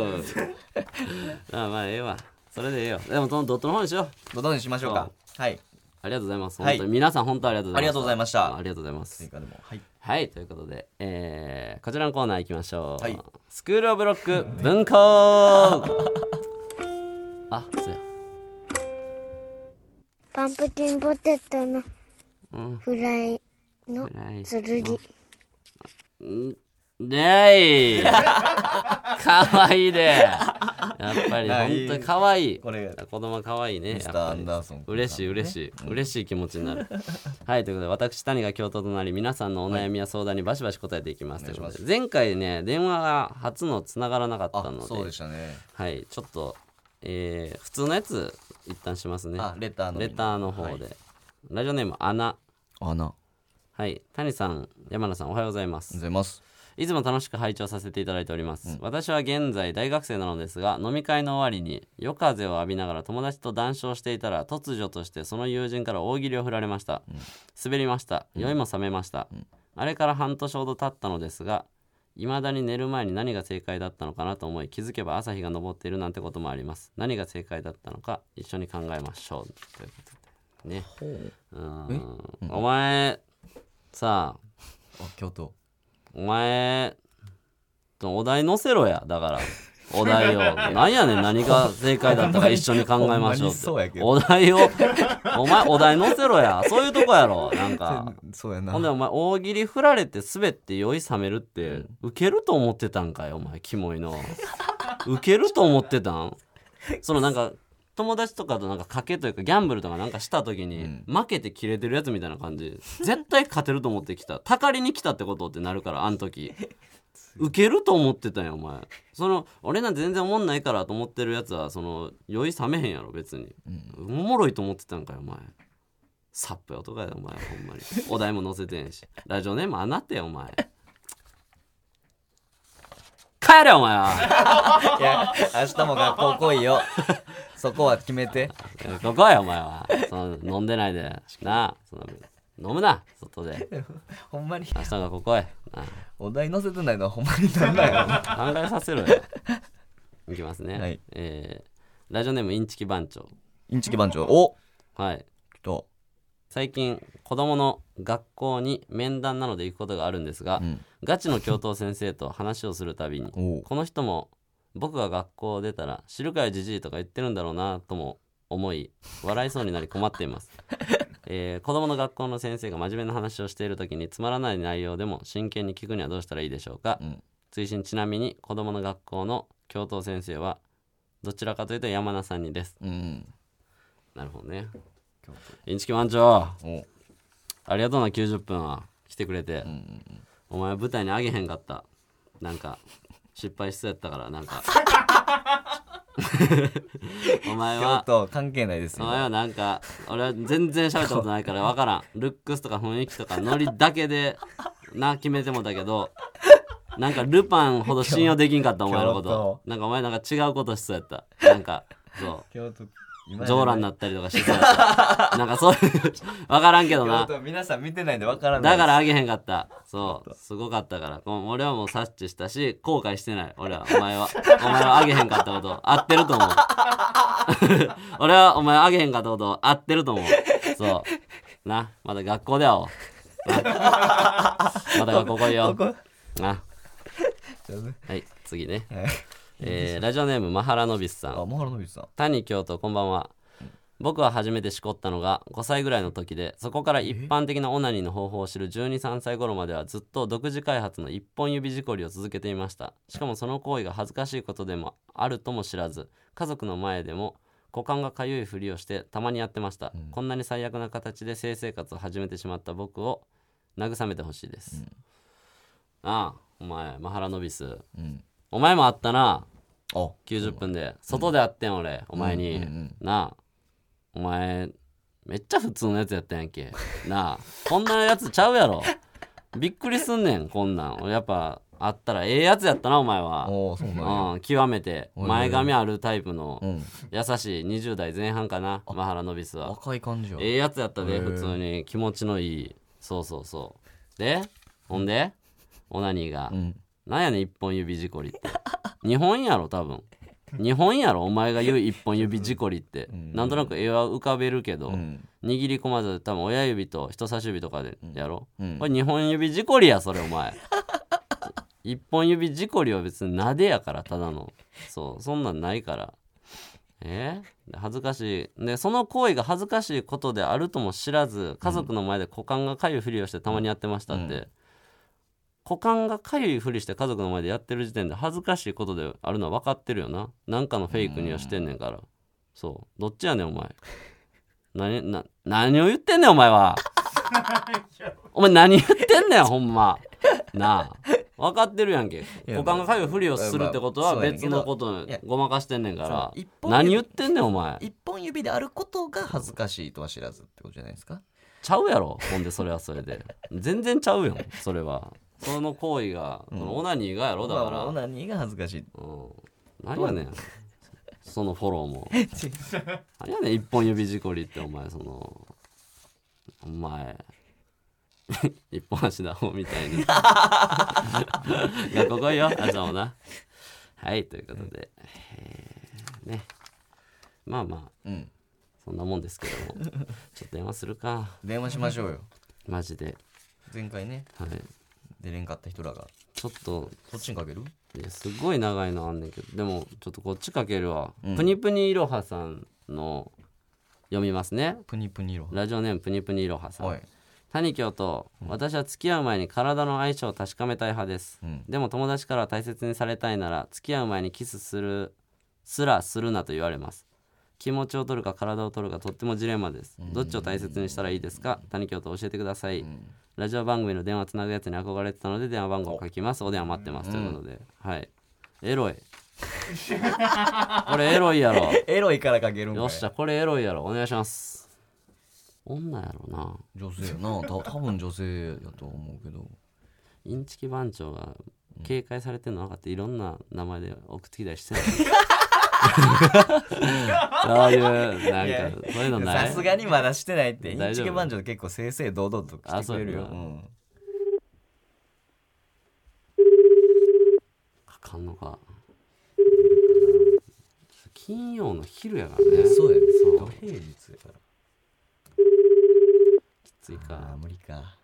Speaker 1: あまあええわそれでええよでもそのドットの方にしよう
Speaker 2: どどうにしましょうかはい
Speaker 1: ありがとうございます、
Speaker 2: はい
Speaker 1: 本当に皆さん本当ありがとうご
Speaker 2: あ
Speaker 1: ざいます
Speaker 2: りがとうございました
Speaker 1: ありがとうございます
Speaker 2: 追加でもはい
Speaker 1: はいということで、えーこちらのコーナー行きましょう、
Speaker 2: はい
Speaker 1: スクールオブロック
Speaker 2: (laughs)
Speaker 1: 文庫あそうや
Speaker 3: パンプキンポテトのフライの
Speaker 1: フライ
Speaker 3: 剣。
Speaker 1: ねえかわいいねやっぱり
Speaker 2: あい
Speaker 1: 本
Speaker 2: い
Speaker 1: 当にかわいい
Speaker 2: (laughs) これ
Speaker 1: 子供かわいいね
Speaker 2: ミス
Speaker 1: や
Speaker 2: ター
Speaker 1: っぱ
Speaker 2: ア
Speaker 1: り
Speaker 2: ンダーソン
Speaker 1: 嬉しい嬉しい、嬉しい気持ちになる (laughs) はいということで私谷が教頭となり皆さんのお悩みや相談にバシバシ答えていきます,、
Speaker 2: お願いします
Speaker 1: ということで前回ね電話が初の繋がらなかった
Speaker 2: あ
Speaker 1: ので
Speaker 2: そうでしたね
Speaker 1: はいちょっと、えー普通のやつ一旦しますね
Speaker 2: あレターの
Speaker 1: レターの方で、ラジオネームアナ
Speaker 2: あな
Speaker 1: はい谷さん山田さんおはようございます
Speaker 2: ございます
Speaker 1: いつも楽しく拝聴させていただいております、私は現在大学生なのですが飲み会の終わりに夜風を浴びながら友達と談笑していたら突如としてその友人から大喜利を振られました、滑りました酔いも覚めました、あれから半年ほど経ったのですが未だに寝る前に何が正解だったのかなと思い気づけば朝日が昇っているなんてこともあります何が正解だったのか一緒に考えましょうということでねうーんお前さあ
Speaker 2: あ京都
Speaker 1: お前お題載せろや
Speaker 2: (laughs)
Speaker 1: だからお題を何やねん何が正解だったか一緒に考えましょう
Speaker 2: ほんまに
Speaker 1: っ
Speaker 2: そうや
Speaker 1: て
Speaker 2: けど
Speaker 1: お題をお前お題載せろやそういうとこやろなんか
Speaker 2: そうやな
Speaker 1: ほんでお前大喜利振られて滑って酔い冷めるってウケると思ってたんかいお前キモいのウケると思ってたんそのなんか友達とかとなんか賭けというかギャンブルとかなんかした時に負けてキレてるやつみたいな感じ絶対勝てると思ってきたたかりに来たってことってなるからあの時ウケると思ってたんやお前その俺なんて全然おもんないからと思ってるやつはその酔い冷めへんやろ別に、おもろいと思ってたんかよお前さっぱい男やでお前ほんまにお題も載せてんしラジオネームあなたやお前帰れお前はい
Speaker 2: や明日も学校来いよそこは決めて
Speaker 1: ここやお前はその飲んでないでなあその飲むな外で
Speaker 2: ほんまに
Speaker 1: 明日がここへなあ
Speaker 2: お題載せてないのはほんまになんだよ
Speaker 1: (laughs) 考えさせろよ。いきますね。
Speaker 2: はい
Speaker 1: えーラジオネームインチキ番長。
Speaker 2: インチキ番長お
Speaker 1: はい。
Speaker 2: きと
Speaker 1: 最近子供の学校に面談なので行くことがあるんですが、
Speaker 2: ん
Speaker 1: ガチの教頭先生と話をするたびに
Speaker 2: おう
Speaker 1: この人も僕が学校を出たら「知るかよじじい」とか言ってるんだろうなとも思い笑いそうになり困っています、えー子どもの学校の先生が真面目な話をしている時につまらない内容でも真剣に聞くにはどうしたらいいでしょうか、
Speaker 2: うん
Speaker 1: 追伸ちなみに子どもの学校の教頭先生はどちらかというと山名さんにです
Speaker 2: うん
Speaker 1: なるほどね
Speaker 2: 京都
Speaker 1: インチキ番長
Speaker 2: お
Speaker 1: ありがとうな90分は来てくれて、
Speaker 2: ん
Speaker 1: お前舞台にあげへんかったなんか失敗しそうやったからなん (laughs) かお前
Speaker 2: 京
Speaker 1: は
Speaker 2: 都関係ないです
Speaker 1: お
Speaker 2: よ
Speaker 1: 前はなんか俺は全然喋ったことないから分からんルックスとか雰囲気とかノリだけでな決めてもだけどなんかルパンほど信用できんかったお前のこ
Speaker 2: 京
Speaker 1: と
Speaker 2: 都
Speaker 1: なんかお前なんか違うことしそうやったなんかそう
Speaker 2: 京都
Speaker 1: 上乱になったりとかしてそうやったなんかそういう分からんけどな
Speaker 2: 京都皆さん見てないんでわからない
Speaker 1: だからあげへんかった。そう。すごかったから。こう俺はもう察知したし、後悔してない。俺は、お前は。お前はあげへんかったこと、合ってると思う。 (laughs) 俺はお前はあげへんかったこと、合ってると思う。そう。な、まだ学校で会おう。なまた学校来いよ。
Speaker 2: ここ
Speaker 1: な。
Speaker 2: ちょっとね
Speaker 1: はい、次ね。
Speaker 2: はい
Speaker 1: えー、ラジオネーム、マハラノビスさん。
Speaker 2: あ、マハラノビさん。
Speaker 1: 谷京都こんばんは僕は初めてしこったのが5歳ぐらいの時でそこから一般的なオナニーの方法を知る123歳頃まではずっと独自開発の一本指事りを続けていましたしかもその行為が恥ずかしいことでもあるとも知らず家族の前でも股間がかゆいふりをしてたまにやってました、
Speaker 2: ん
Speaker 1: こんなに最悪な形で性生活を始めてしまった僕を慰めてほしいです、ああお前マハラノビス
Speaker 2: うん。
Speaker 1: お前もあったな
Speaker 2: あ、
Speaker 1: 90分で外で会ってん俺、お前に、
Speaker 2: うんうん
Speaker 1: なあお前めっちゃ普通のやつやったやんけなあこんなやつちゃうやろびっくりすんねんこんなん俺やっぱあったらええやつやったなお前
Speaker 2: あ
Speaker 1: は、
Speaker 2: ー、そうなんや。
Speaker 1: うん、極めて
Speaker 2: おいおいおい
Speaker 1: 前髪あるタイプの
Speaker 2: うん。
Speaker 1: 優しい20代前半かなマハラノビスは
Speaker 2: 若い感じや。
Speaker 1: ええやつやった
Speaker 2: へ
Speaker 1: で
Speaker 2: え
Speaker 1: 普通に気持ちのいいそうそうそうでほんでオナニーが、
Speaker 2: うん。
Speaker 1: なんやねん一本指事故りって (laughs) 日本やろ多分日本やろお前が言う一本指事故りって、
Speaker 2: うん
Speaker 1: なんとなく絵は浮かべるけど、
Speaker 2: うん。
Speaker 1: 握り込まず多分親指と人差し指とかでやろ、
Speaker 2: うん
Speaker 1: こ。れ日本指事故りやそれお前 (laughs) 一本指事故りは別に撫でやからただのそうそんなんないからえー恥ずかしいでその行為が恥ずかしいことであるとも知らず家族の前で股間がかゆいふりをしてたまにやってましたって、
Speaker 2: うん
Speaker 1: 股間がかゆいふりして家族の前でやってる時点で恥ずかしいことであるのは分かってるよななんかのフェイクにはしてんねんから、そうどっちやねんお前何な何を言ってんねんお前はお前何言ってんねんほんまなあ分かってるやんけ
Speaker 2: や
Speaker 1: 股間がかゆいふりをするってことは
Speaker 2: まあそうやねん
Speaker 1: 別
Speaker 2: けど
Speaker 1: のこと
Speaker 2: いや
Speaker 1: ごまかしてんねんか
Speaker 2: そう一
Speaker 1: ら
Speaker 2: 本
Speaker 1: 何言ってんねんお前
Speaker 2: 一本指であることが恥ずかしいとは知らずってことじゃないですか。
Speaker 1: ちゃうやろほんでそれはそれで全然ちゃうよそれはその行為が、そのオナニーがやろだか
Speaker 2: ま
Speaker 1: ら、
Speaker 2: あオ
Speaker 1: うん、
Speaker 2: ナニーが恥ずかしい。
Speaker 1: 何やねんそのフォローも何やねん一本指事故りってお前そのお前一本足だほみたいに学校来いよ朝もなはいということで、えーねまあまあ
Speaker 2: うん。
Speaker 1: そんなもんですけどもちょっと電話するか
Speaker 2: 電話しまし
Speaker 1: (laughs)
Speaker 2: ょうよ。
Speaker 1: マジで
Speaker 2: 前回ね、
Speaker 1: はい
Speaker 2: 出れんかった人らが。
Speaker 1: ちょっと
Speaker 2: そっちにかける
Speaker 1: いやすごい長いのあんねんけどでもちょっとこっちかけるわ、
Speaker 2: うん
Speaker 1: プニプニいろはさんの読みますね
Speaker 2: プニプニ色。
Speaker 1: ラジオネームプニプニいろはさん、
Speaker 2: はい。
Speaker 1: 谷京と私は付き合う前に体の相性を確かめたい派です、
Speaker 2: うん。
Speaker 1: でも友達からは大切にされたいなら付き合う前にキスするすらするなと言われます気持ちを取るか体を取るかとってもジレンマですどっちを大切にしたらいいですか谷京と教えてください、
Speaker 2: うん
Speaker 1: ラジオ番組の電話つなぐやつに憧れてたので電話番号を書きますお電話待ってますということで、はいエロいこれエロいやろ
Speaker 2: エロいからかけるんかい
Speaker 1: よっしゃこれエロいやろお願いします女やろな
Speaker 2: 女性やな。た多分女性やと思うけど。
Speaker 1: インチキ番長が警戒されてるの分かっていろんな名前で送ってきた
Speaker 2: (laughs)
Speaker 1: りしてないああいう
Speaker 2: い
Speaker 1: な
Speaker 2: や
Speaker 1: んかそういうのない
Speaker 2: さすがにまだしてないって。イ
Speaker 1: 大丈夫
Speaker 2: ンチキ番長結構正々堂々と来てくれるよ。
Speaker 1: あそうや
Speaker 2: ん
Speaker 1: かかんのか金曜の昼やからね
Speaker 2: そうやね。
Speaker 1: そう
Speaker 2: 土平日やから。
Speaker 1: 追加
Speaker 2: あー無理か。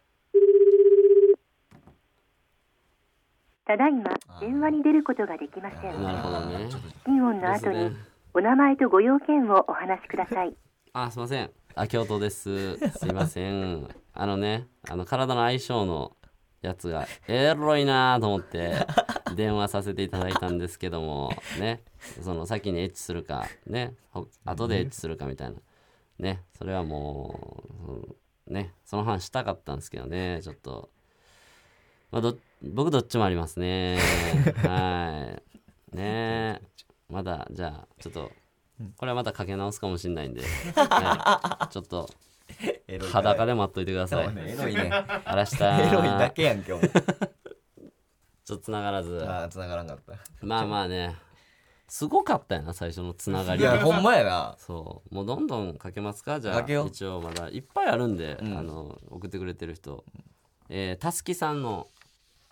Speaker 4: ただいま電話に出ることができません
Speaker 1: なるほどね
Speaker 4: 金音の後
Speaker 1: です
Speaker 4: に
Speaker 1: ね
Speaker 4: お名前とご用件をお話しください
Speaker 1: あ、すいません。あ、京都 (laughs) です。すいません。あのね、あの体の相性のやつがエロいなと思って電話させていただいたんですけども、ね、その先にエッチするか、ね、ほ後でエッチするかみたいな。ねそれはもう、うんねその話したかったんですけどねちょっと、まあ、ど僕どっちもありますねはいねまだじゃあちょっとこれはまたかけ直すかもしれ
Speaker 2: (laughs)
Speaker 1: ないんで、はいちょっと
Speaker 2: エロいから
Speaker 1: 裸で待っといてください
Speaker 2: そうねエロいね
Speaker 1: あらし
Speaker 2: エロい
Speaker 1: た
Speaker 2: だけやん今日も
Speaker 1: ちょっとつながらず
Speaker 2: あー繋がらんかっ
Speaker 1: まあまあねすごかったよな最初のつな
Speaker 2: た
Speaker 1: が
Speaker 2: い
Speaker 1: り
Speaker 2: やほんまやな
Speaker 1: そうもうどんどんかけますかじゃあ
Speaker 2: かけよう
Speaker 1: 一応まだいっぱいあるんで、
Speaker 2: うん
Speaker 1: あの送ってくれてる人、えーたすきさんの、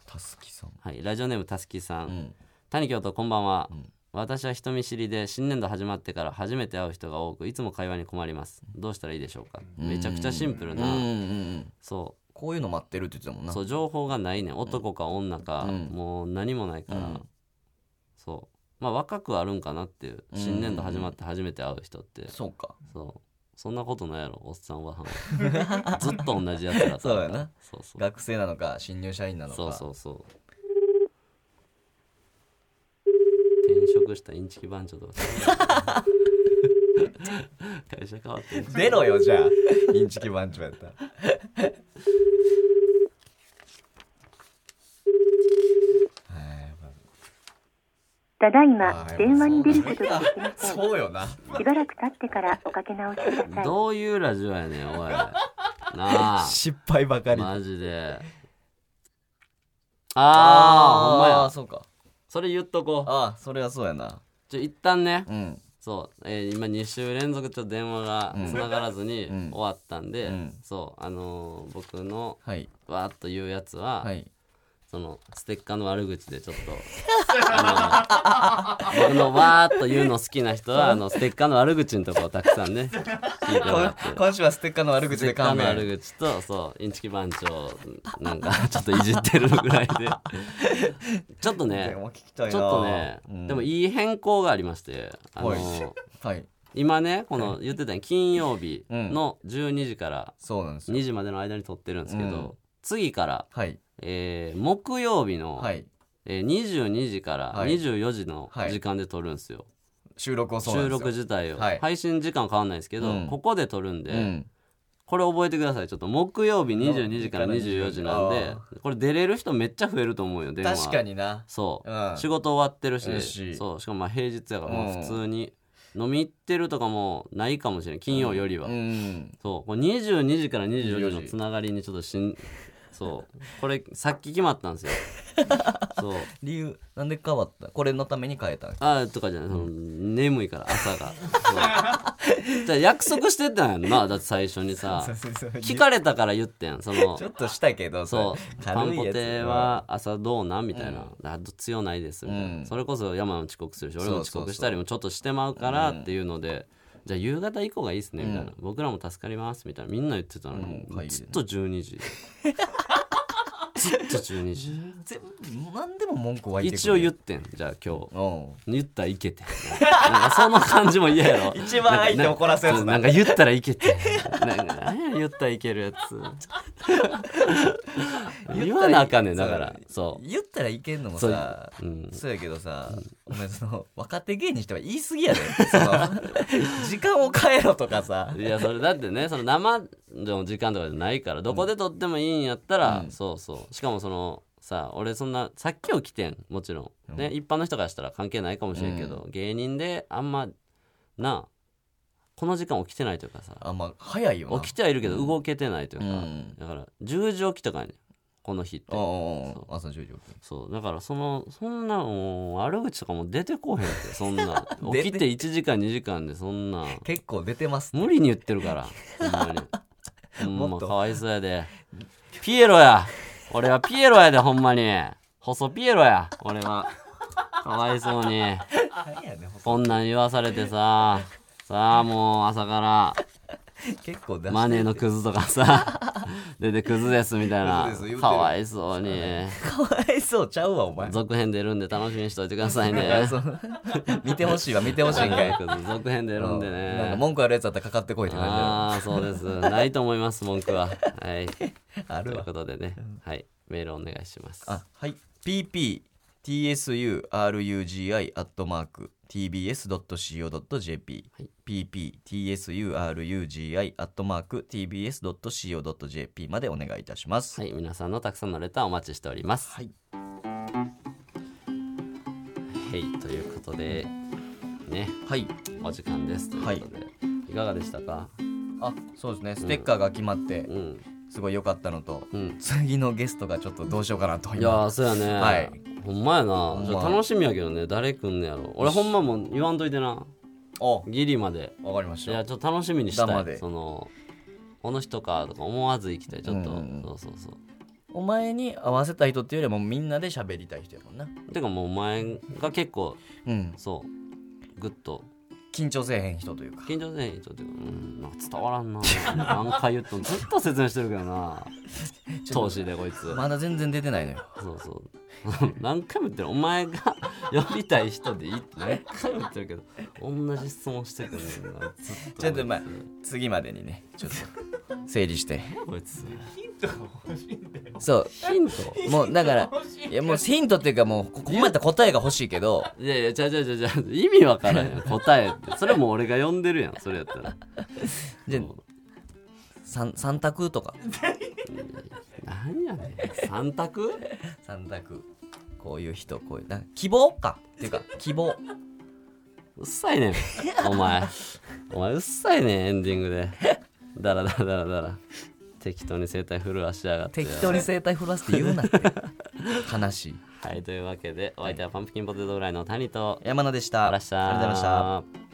Speaker 2: たすきさん
Speaker 1: はい、ラジオネームたすきさん、
Speaker 2: うん
Speaker 1: 谷京都こんばんは、
Speaker 2: ん
Speaker 1: 私は人見知りで新年度始まってから初めて会う人が多くいつも会話に困りますどうしたらいいでしょうかめちゃくちゃシンプル
Speaker 2: うんうん
Speaker 1: な
Speaker 2: うん
Speaker 1: そ
Speaker 2: こういうの待ってるって言ってたもん
Speaker 1: う
Speaker 2: な
Speaker 1: そう情報がないね男か女か、
Speaker 2: うん
Speaker 1: もう何もないから、
Speaker 2: うん
Speaker 1: そうまあ若くはあるんかなっていう
Speaker 2: うん
Speaker 1: 新年度始まって初めて会う人って、
Speaker 2: そうか
Speaker 1: そうそんなことないやろおっさんおばは
Speaker 2: (laughs)
Speaker 1: んはずっと同じやつら
Speaker 2: そうやな
Speaker 1: そうそう
Speaker 2: 学生なのか新入社員なのか
Speaker 1: そうそうそう転職したインチキ番長とか
Speaker 2: (laughs)
Speaker 1: 会社変わってんじゃん
Speaker 2: 出ろよじゃあインチキ番長やったら
Speaker 4: ただいま
Speaker 2: あー
Speaker 4: 電話に出ることができません。
Speaker 2: そうよな
Speaker 4: しばらく経ってからおかけ直しください。
Speaker 1: どういうラジオやねんおいなあ
Speaker 2: 失敗ばかり
Speaker 1: マジであーほんまや
Speaker 2: そうか
Speaker 1: それ言っとこう
Speaker 2: ああそれはそうやな
Speaker 1: ちょ一旦ね
Speaker 2: うん
Speaker 1: そう、えー今2週連続ちょっと電話がつながらずに
Speaker 2: うん
Speaker 1: 終わったんで、
Speaker 2: うん
Speaker 1: そうあのー僕の
Speaker 2: はい
Speaker 1: わーっと言うやつは、
Speaker 2: はい
Speaker 1: そのステッカーの悪口でちょっとあのー僕 (laughs) のわーっと言うの好きな人はあのステッカーの悪口のとこをたくさんね聞いてもらって。
Speaker 2: 今週はステッカーの悪
Speaker 1: ス
Speaker 2: 口
Speaker 1: テッ
Speaker 2: で
Speaker 1: カー
Speaker 2: 勘
Speaker 1: の
Speaker 2: 弁
Speaker 1: 悪口とそうインチキ番長なんか (laughs) ちょっといじってるぐらい
Speaker 2: (laughs)
Speaker 1: でちょっとね
Speaker 2: でも聞きたいな
Speaker 1: ちょっとね、
Speaker 2: うん
Speaker 1: でもいい変更がありましてあのー
Speaker 2: はいはい
Speaker 1: 今ねこの言ってたように金曜日の12時から
Speaker 2: そうなんですよ
Speaker 1: 2時までの間に撮ってるんですけど、
Speaker 2: うん
Speaker 1: 次から、
Speaker 2: はい
Speaker 1: えー木曜日の、
Speaker 2: はい
Speaker 1: えー22時から
Speaker 2: はい
Speaker 1: 24時の
Speaker 2: はい
Speaker 1: 時間で撮るんですよ、
Speaker 2: 収録をそうなん
Speaker 1: 収
Speaker 2: ですよ
Speaker 1: 録自体を、
Speaker 2: はい
Speaker 1: 配信時間は変わんないですけど、
Speaker 2: うん
Speaker 1: ここで撮るんで、
Speaker 2: うん
Speaker 1: これ覚えてくださいちょっと木曜日22時から24時なんで
Speaker 2: あ
Speaker 1: これ出れる人めっちゃ増えると思うよ電話
Speaker 2: 確かにな
Speaker 1: そう、
Speaker 2: うん
Speaker 1: 仕事終わってるし
Speaker 2: 嬉しい
Speaker 1: そうしかもまあ平日やからもう
Speaker 2: うん
Speaker 1: 普通に飲み行ってるとかもないかもしれない金曜よりは、
Speaker 2: うん
Speaker 1: そうこれ22時から24時のつながりにちょっと
Speaker 2: (laughs)
Speaker 1: しんそうこれさっき決まったんですよそう
Speaker 2: 理由なんで変わったこれのために変えたん
Speaker 1: あーとかじゃないその眠いから朝
Speaker 2: (laughs)
Speaker 1: がそうじゃあ約束してたんやんなだって最初にさ聞かれたから言ってんその
Speaker 2: ちょっとしたけど
Speaker 1: そうパンポテは朝どうなんみたいな、あと強ないですみたいな、
Speaker 2: うん
Speaker 1: それこそ山も遅刻するし俺も
Speaker 2: そう
Speaker 1: 遅
Speaker 2: そう
Speaker 1: 刻
Speaker 2: そう
Speaker 1: したりもちょっとしてまうからっていうので、じゃあ夕方以降がいいっすねみたいな、僕らも助かりますみたいなみんな言ってたのに、
Speaker 2: うん会議でね
Speaker 1: ずっと12時
Speaker 2: (laughs)
Speaker 1: ずっと12時
Speaker 2: 全部何でも文句は言って
Speaker 1: 一応言
Speaker 2: っ
Speaker 1: ってんじゃあ今日。
Speaker 2: う
Speaker 1: 言ったらいけてなんかその感じも嫌や
Speaker 2: (laughs)
Speaker 1: ろ
Speaker 2: 一番相手怒らすやつだ
Speaker 1: なんかなんか言ったらいけてなんかなんや言ったらいける
Speaker 2: (laughs)
Speaker 1: やつ言わなあかんねんだからそ
Speaker 2: ん言ったらいけんのもさ
Speaker 1: そううん
Speaker 2: そうやけどさお前その若手芸人しては言い過ぎやでその
Speaker 1: (laughs)
Speaker 2: 時間を変えろとかさ
Speaker 1: ういやそれだってねその生の時間とかじゃないからどこで撮ってもいいんやったら、そうそうしかもそのさ俺そんなさっき起きてんもちろん、ね一般の人からしたら関係ないかもしれんけど、芸人であんまなあこの時間起きてないというかさ
Speaker 2: あまあ早いよな
Speaker 1: 起きてはいるけど動けてないというか、
Speaker 2: うん
Speaker 1: だから10時起きとかやねんこの日っ
Speaker 2: う
Speaker 1: て
Speaker 2: んうんうん朝10時起きる
Speaker 1: そうだからそのそんなもう悪口とかも出てこへんってそんな
Speaker 2: (laughs) 出
Speaker 1: 起
Speaker 2: て
Speaker 1: きて1時間2時間でそんな
Speaker 2: 結構出てます
Speaker 1: 無理に言ってるからほんまに
Speaker 2: (laughs)
Speaker 1: ほん
Speaker 2: も
Speaker 1: ま
Speaker 2: っと
Speaker 1: かわいそうやでピエロや俺はピエロやでほんまに細ピエロや俺はかわいそうに
Speaker 2: 何やねん
Speaker 1: こんなん言わされてささあもう朝から
Speaker 2: 結構出し
Speaker 1: マネーのクズとか
Speaker 2: (laughs)
Speaker 1: さ出てクズですみたいな
Speaker 2: クズです言うてる
Speaker 1: かわいそうに
Speaker 2: かわいそうちゃうわお前
Speaker 1: 続編出るんで楽しみにしておいてくださ
Speaker 2: (laughs)
Speaker 1: いね
Speaker 2: そう見てほしいわ見てほしいん
Speaker 1: (laughs)
Speaker 2: かい
Speaker 1: 続編出るんで
Speaker 2: なんか
Speaker 1: ね
Speaker 2: 文句あるやつだったらかかってこいって感
Speaker 1: ああそうですないと思います文句ははい
Speaker 2: (laughs) じだよあ
Speaker 1: と
Speaker 2: る
Speaker 1: いう
Speaker 2: わ
Speaker 1: ことでねはいメールお願いします
Speaker 2: あはい PP tsurugi.tbs.co.jp、pptsurugi.tbs.co.jp までお願いいたします。
Speaker 1: はい、皆さんのたくさんのレターお待ちしております。
Speaker 2: はい。
Speaker 1: はい、ということで、ね、
Speaker 2: はい。
Speaker 1: お時間ですということで、い、かがでしたか
Speaker 2: あ、そうですね。ステッカーが決まって
Speaker 1: う、ん。
Speaker 2: すごい良かったのと、
Speaker 1: うん
Speaker 2: 次のゲストがちょっとどうしようかなと。
Speaker 1: いやー、そうやね。
Speaker 2: はい
Speaker 1: ほんまや
Speaker 2: ほ
Speaker 1: な。
Speaker 2: ん
Speaker 1: じ
Speaker 2: ま
Speaker 1: ゃあ楽しみやけどね、誰来んねやろ。俺ほんまもう言わんといてな。
Speaker 2: お、
Speaker 1: ギリまで。
Speaker 2: わかりまし
Speaker 1: い
Speaker 2: た
Speaker 1: や、。ちょっと楽しみにした
Speaker 2: 生
Speaker 1: い。
Speaker 2: で
Speaker 1: その、この人かとか思わず生きて、ちょっと。
Speaker 2: うんうんうん
Speaker 1: そうそうそう。
Speaker 2: お前に合わせたい人っていうよりもみんなで喋りたい人やもんな。
Speaker 1: てかもうお前が結構
Speaker 2: うん。
Speaker 1: そうグッと
Speaker 2: 緊張せえへん人というか。
Speaker 1: 緊張せえへんちょっとうんなんか伝わ
Speaker 2: (laughs)
Speaker 1: らんな何回言っとんずっと説明してるけどな投資でこいつ、
Speaker 2: まだ全然出てないのよ。
Speaker 1: そうそう (laughs) 何回も言ってるお前が呼びたい人でいいって何回も言ってるけど同じ質問してくるんだよなずっと
Speaker 2: ちょっとまあ次までにね、ちょっと整理して。
Speaker 1: こいつ
Speaker 2: そう。
Speaker 1: ヒント
Speaker 2: もうだから、いやもうヒントっていうかもう、ここまでやったら答えが欲しいけど、
Speaker 1: いやいやちゃうちゃうちゃうちゃう意味わから
Speaker 2: (laughs)
Speaker 1: んやん答えってそれもう俺が呼んでるやんそれやったら
Speaker 2: じゃあ
Speaker 1: そう
Speaker 2: 三三択とか。
Speaker 1: 何やねん三択
Speaker 2: 三択。こういう人、こういう。な希望か。っていうか、希望。
Speaker 1: うっさいねんお前お前うっさいねんエンディングでダラダラダラダラ適当に声帯震わしやがって
Speaker 2: 適当に声帯振らせて言うなって。悲しい。
Speaker 1: はいというわけでお相手はパンプキンポテトフライの谷と
Speaker 2: 山名でした。
Speaker 1: あらっしゃ
Speaker 2: ありがとうございました。
Speaker 1: た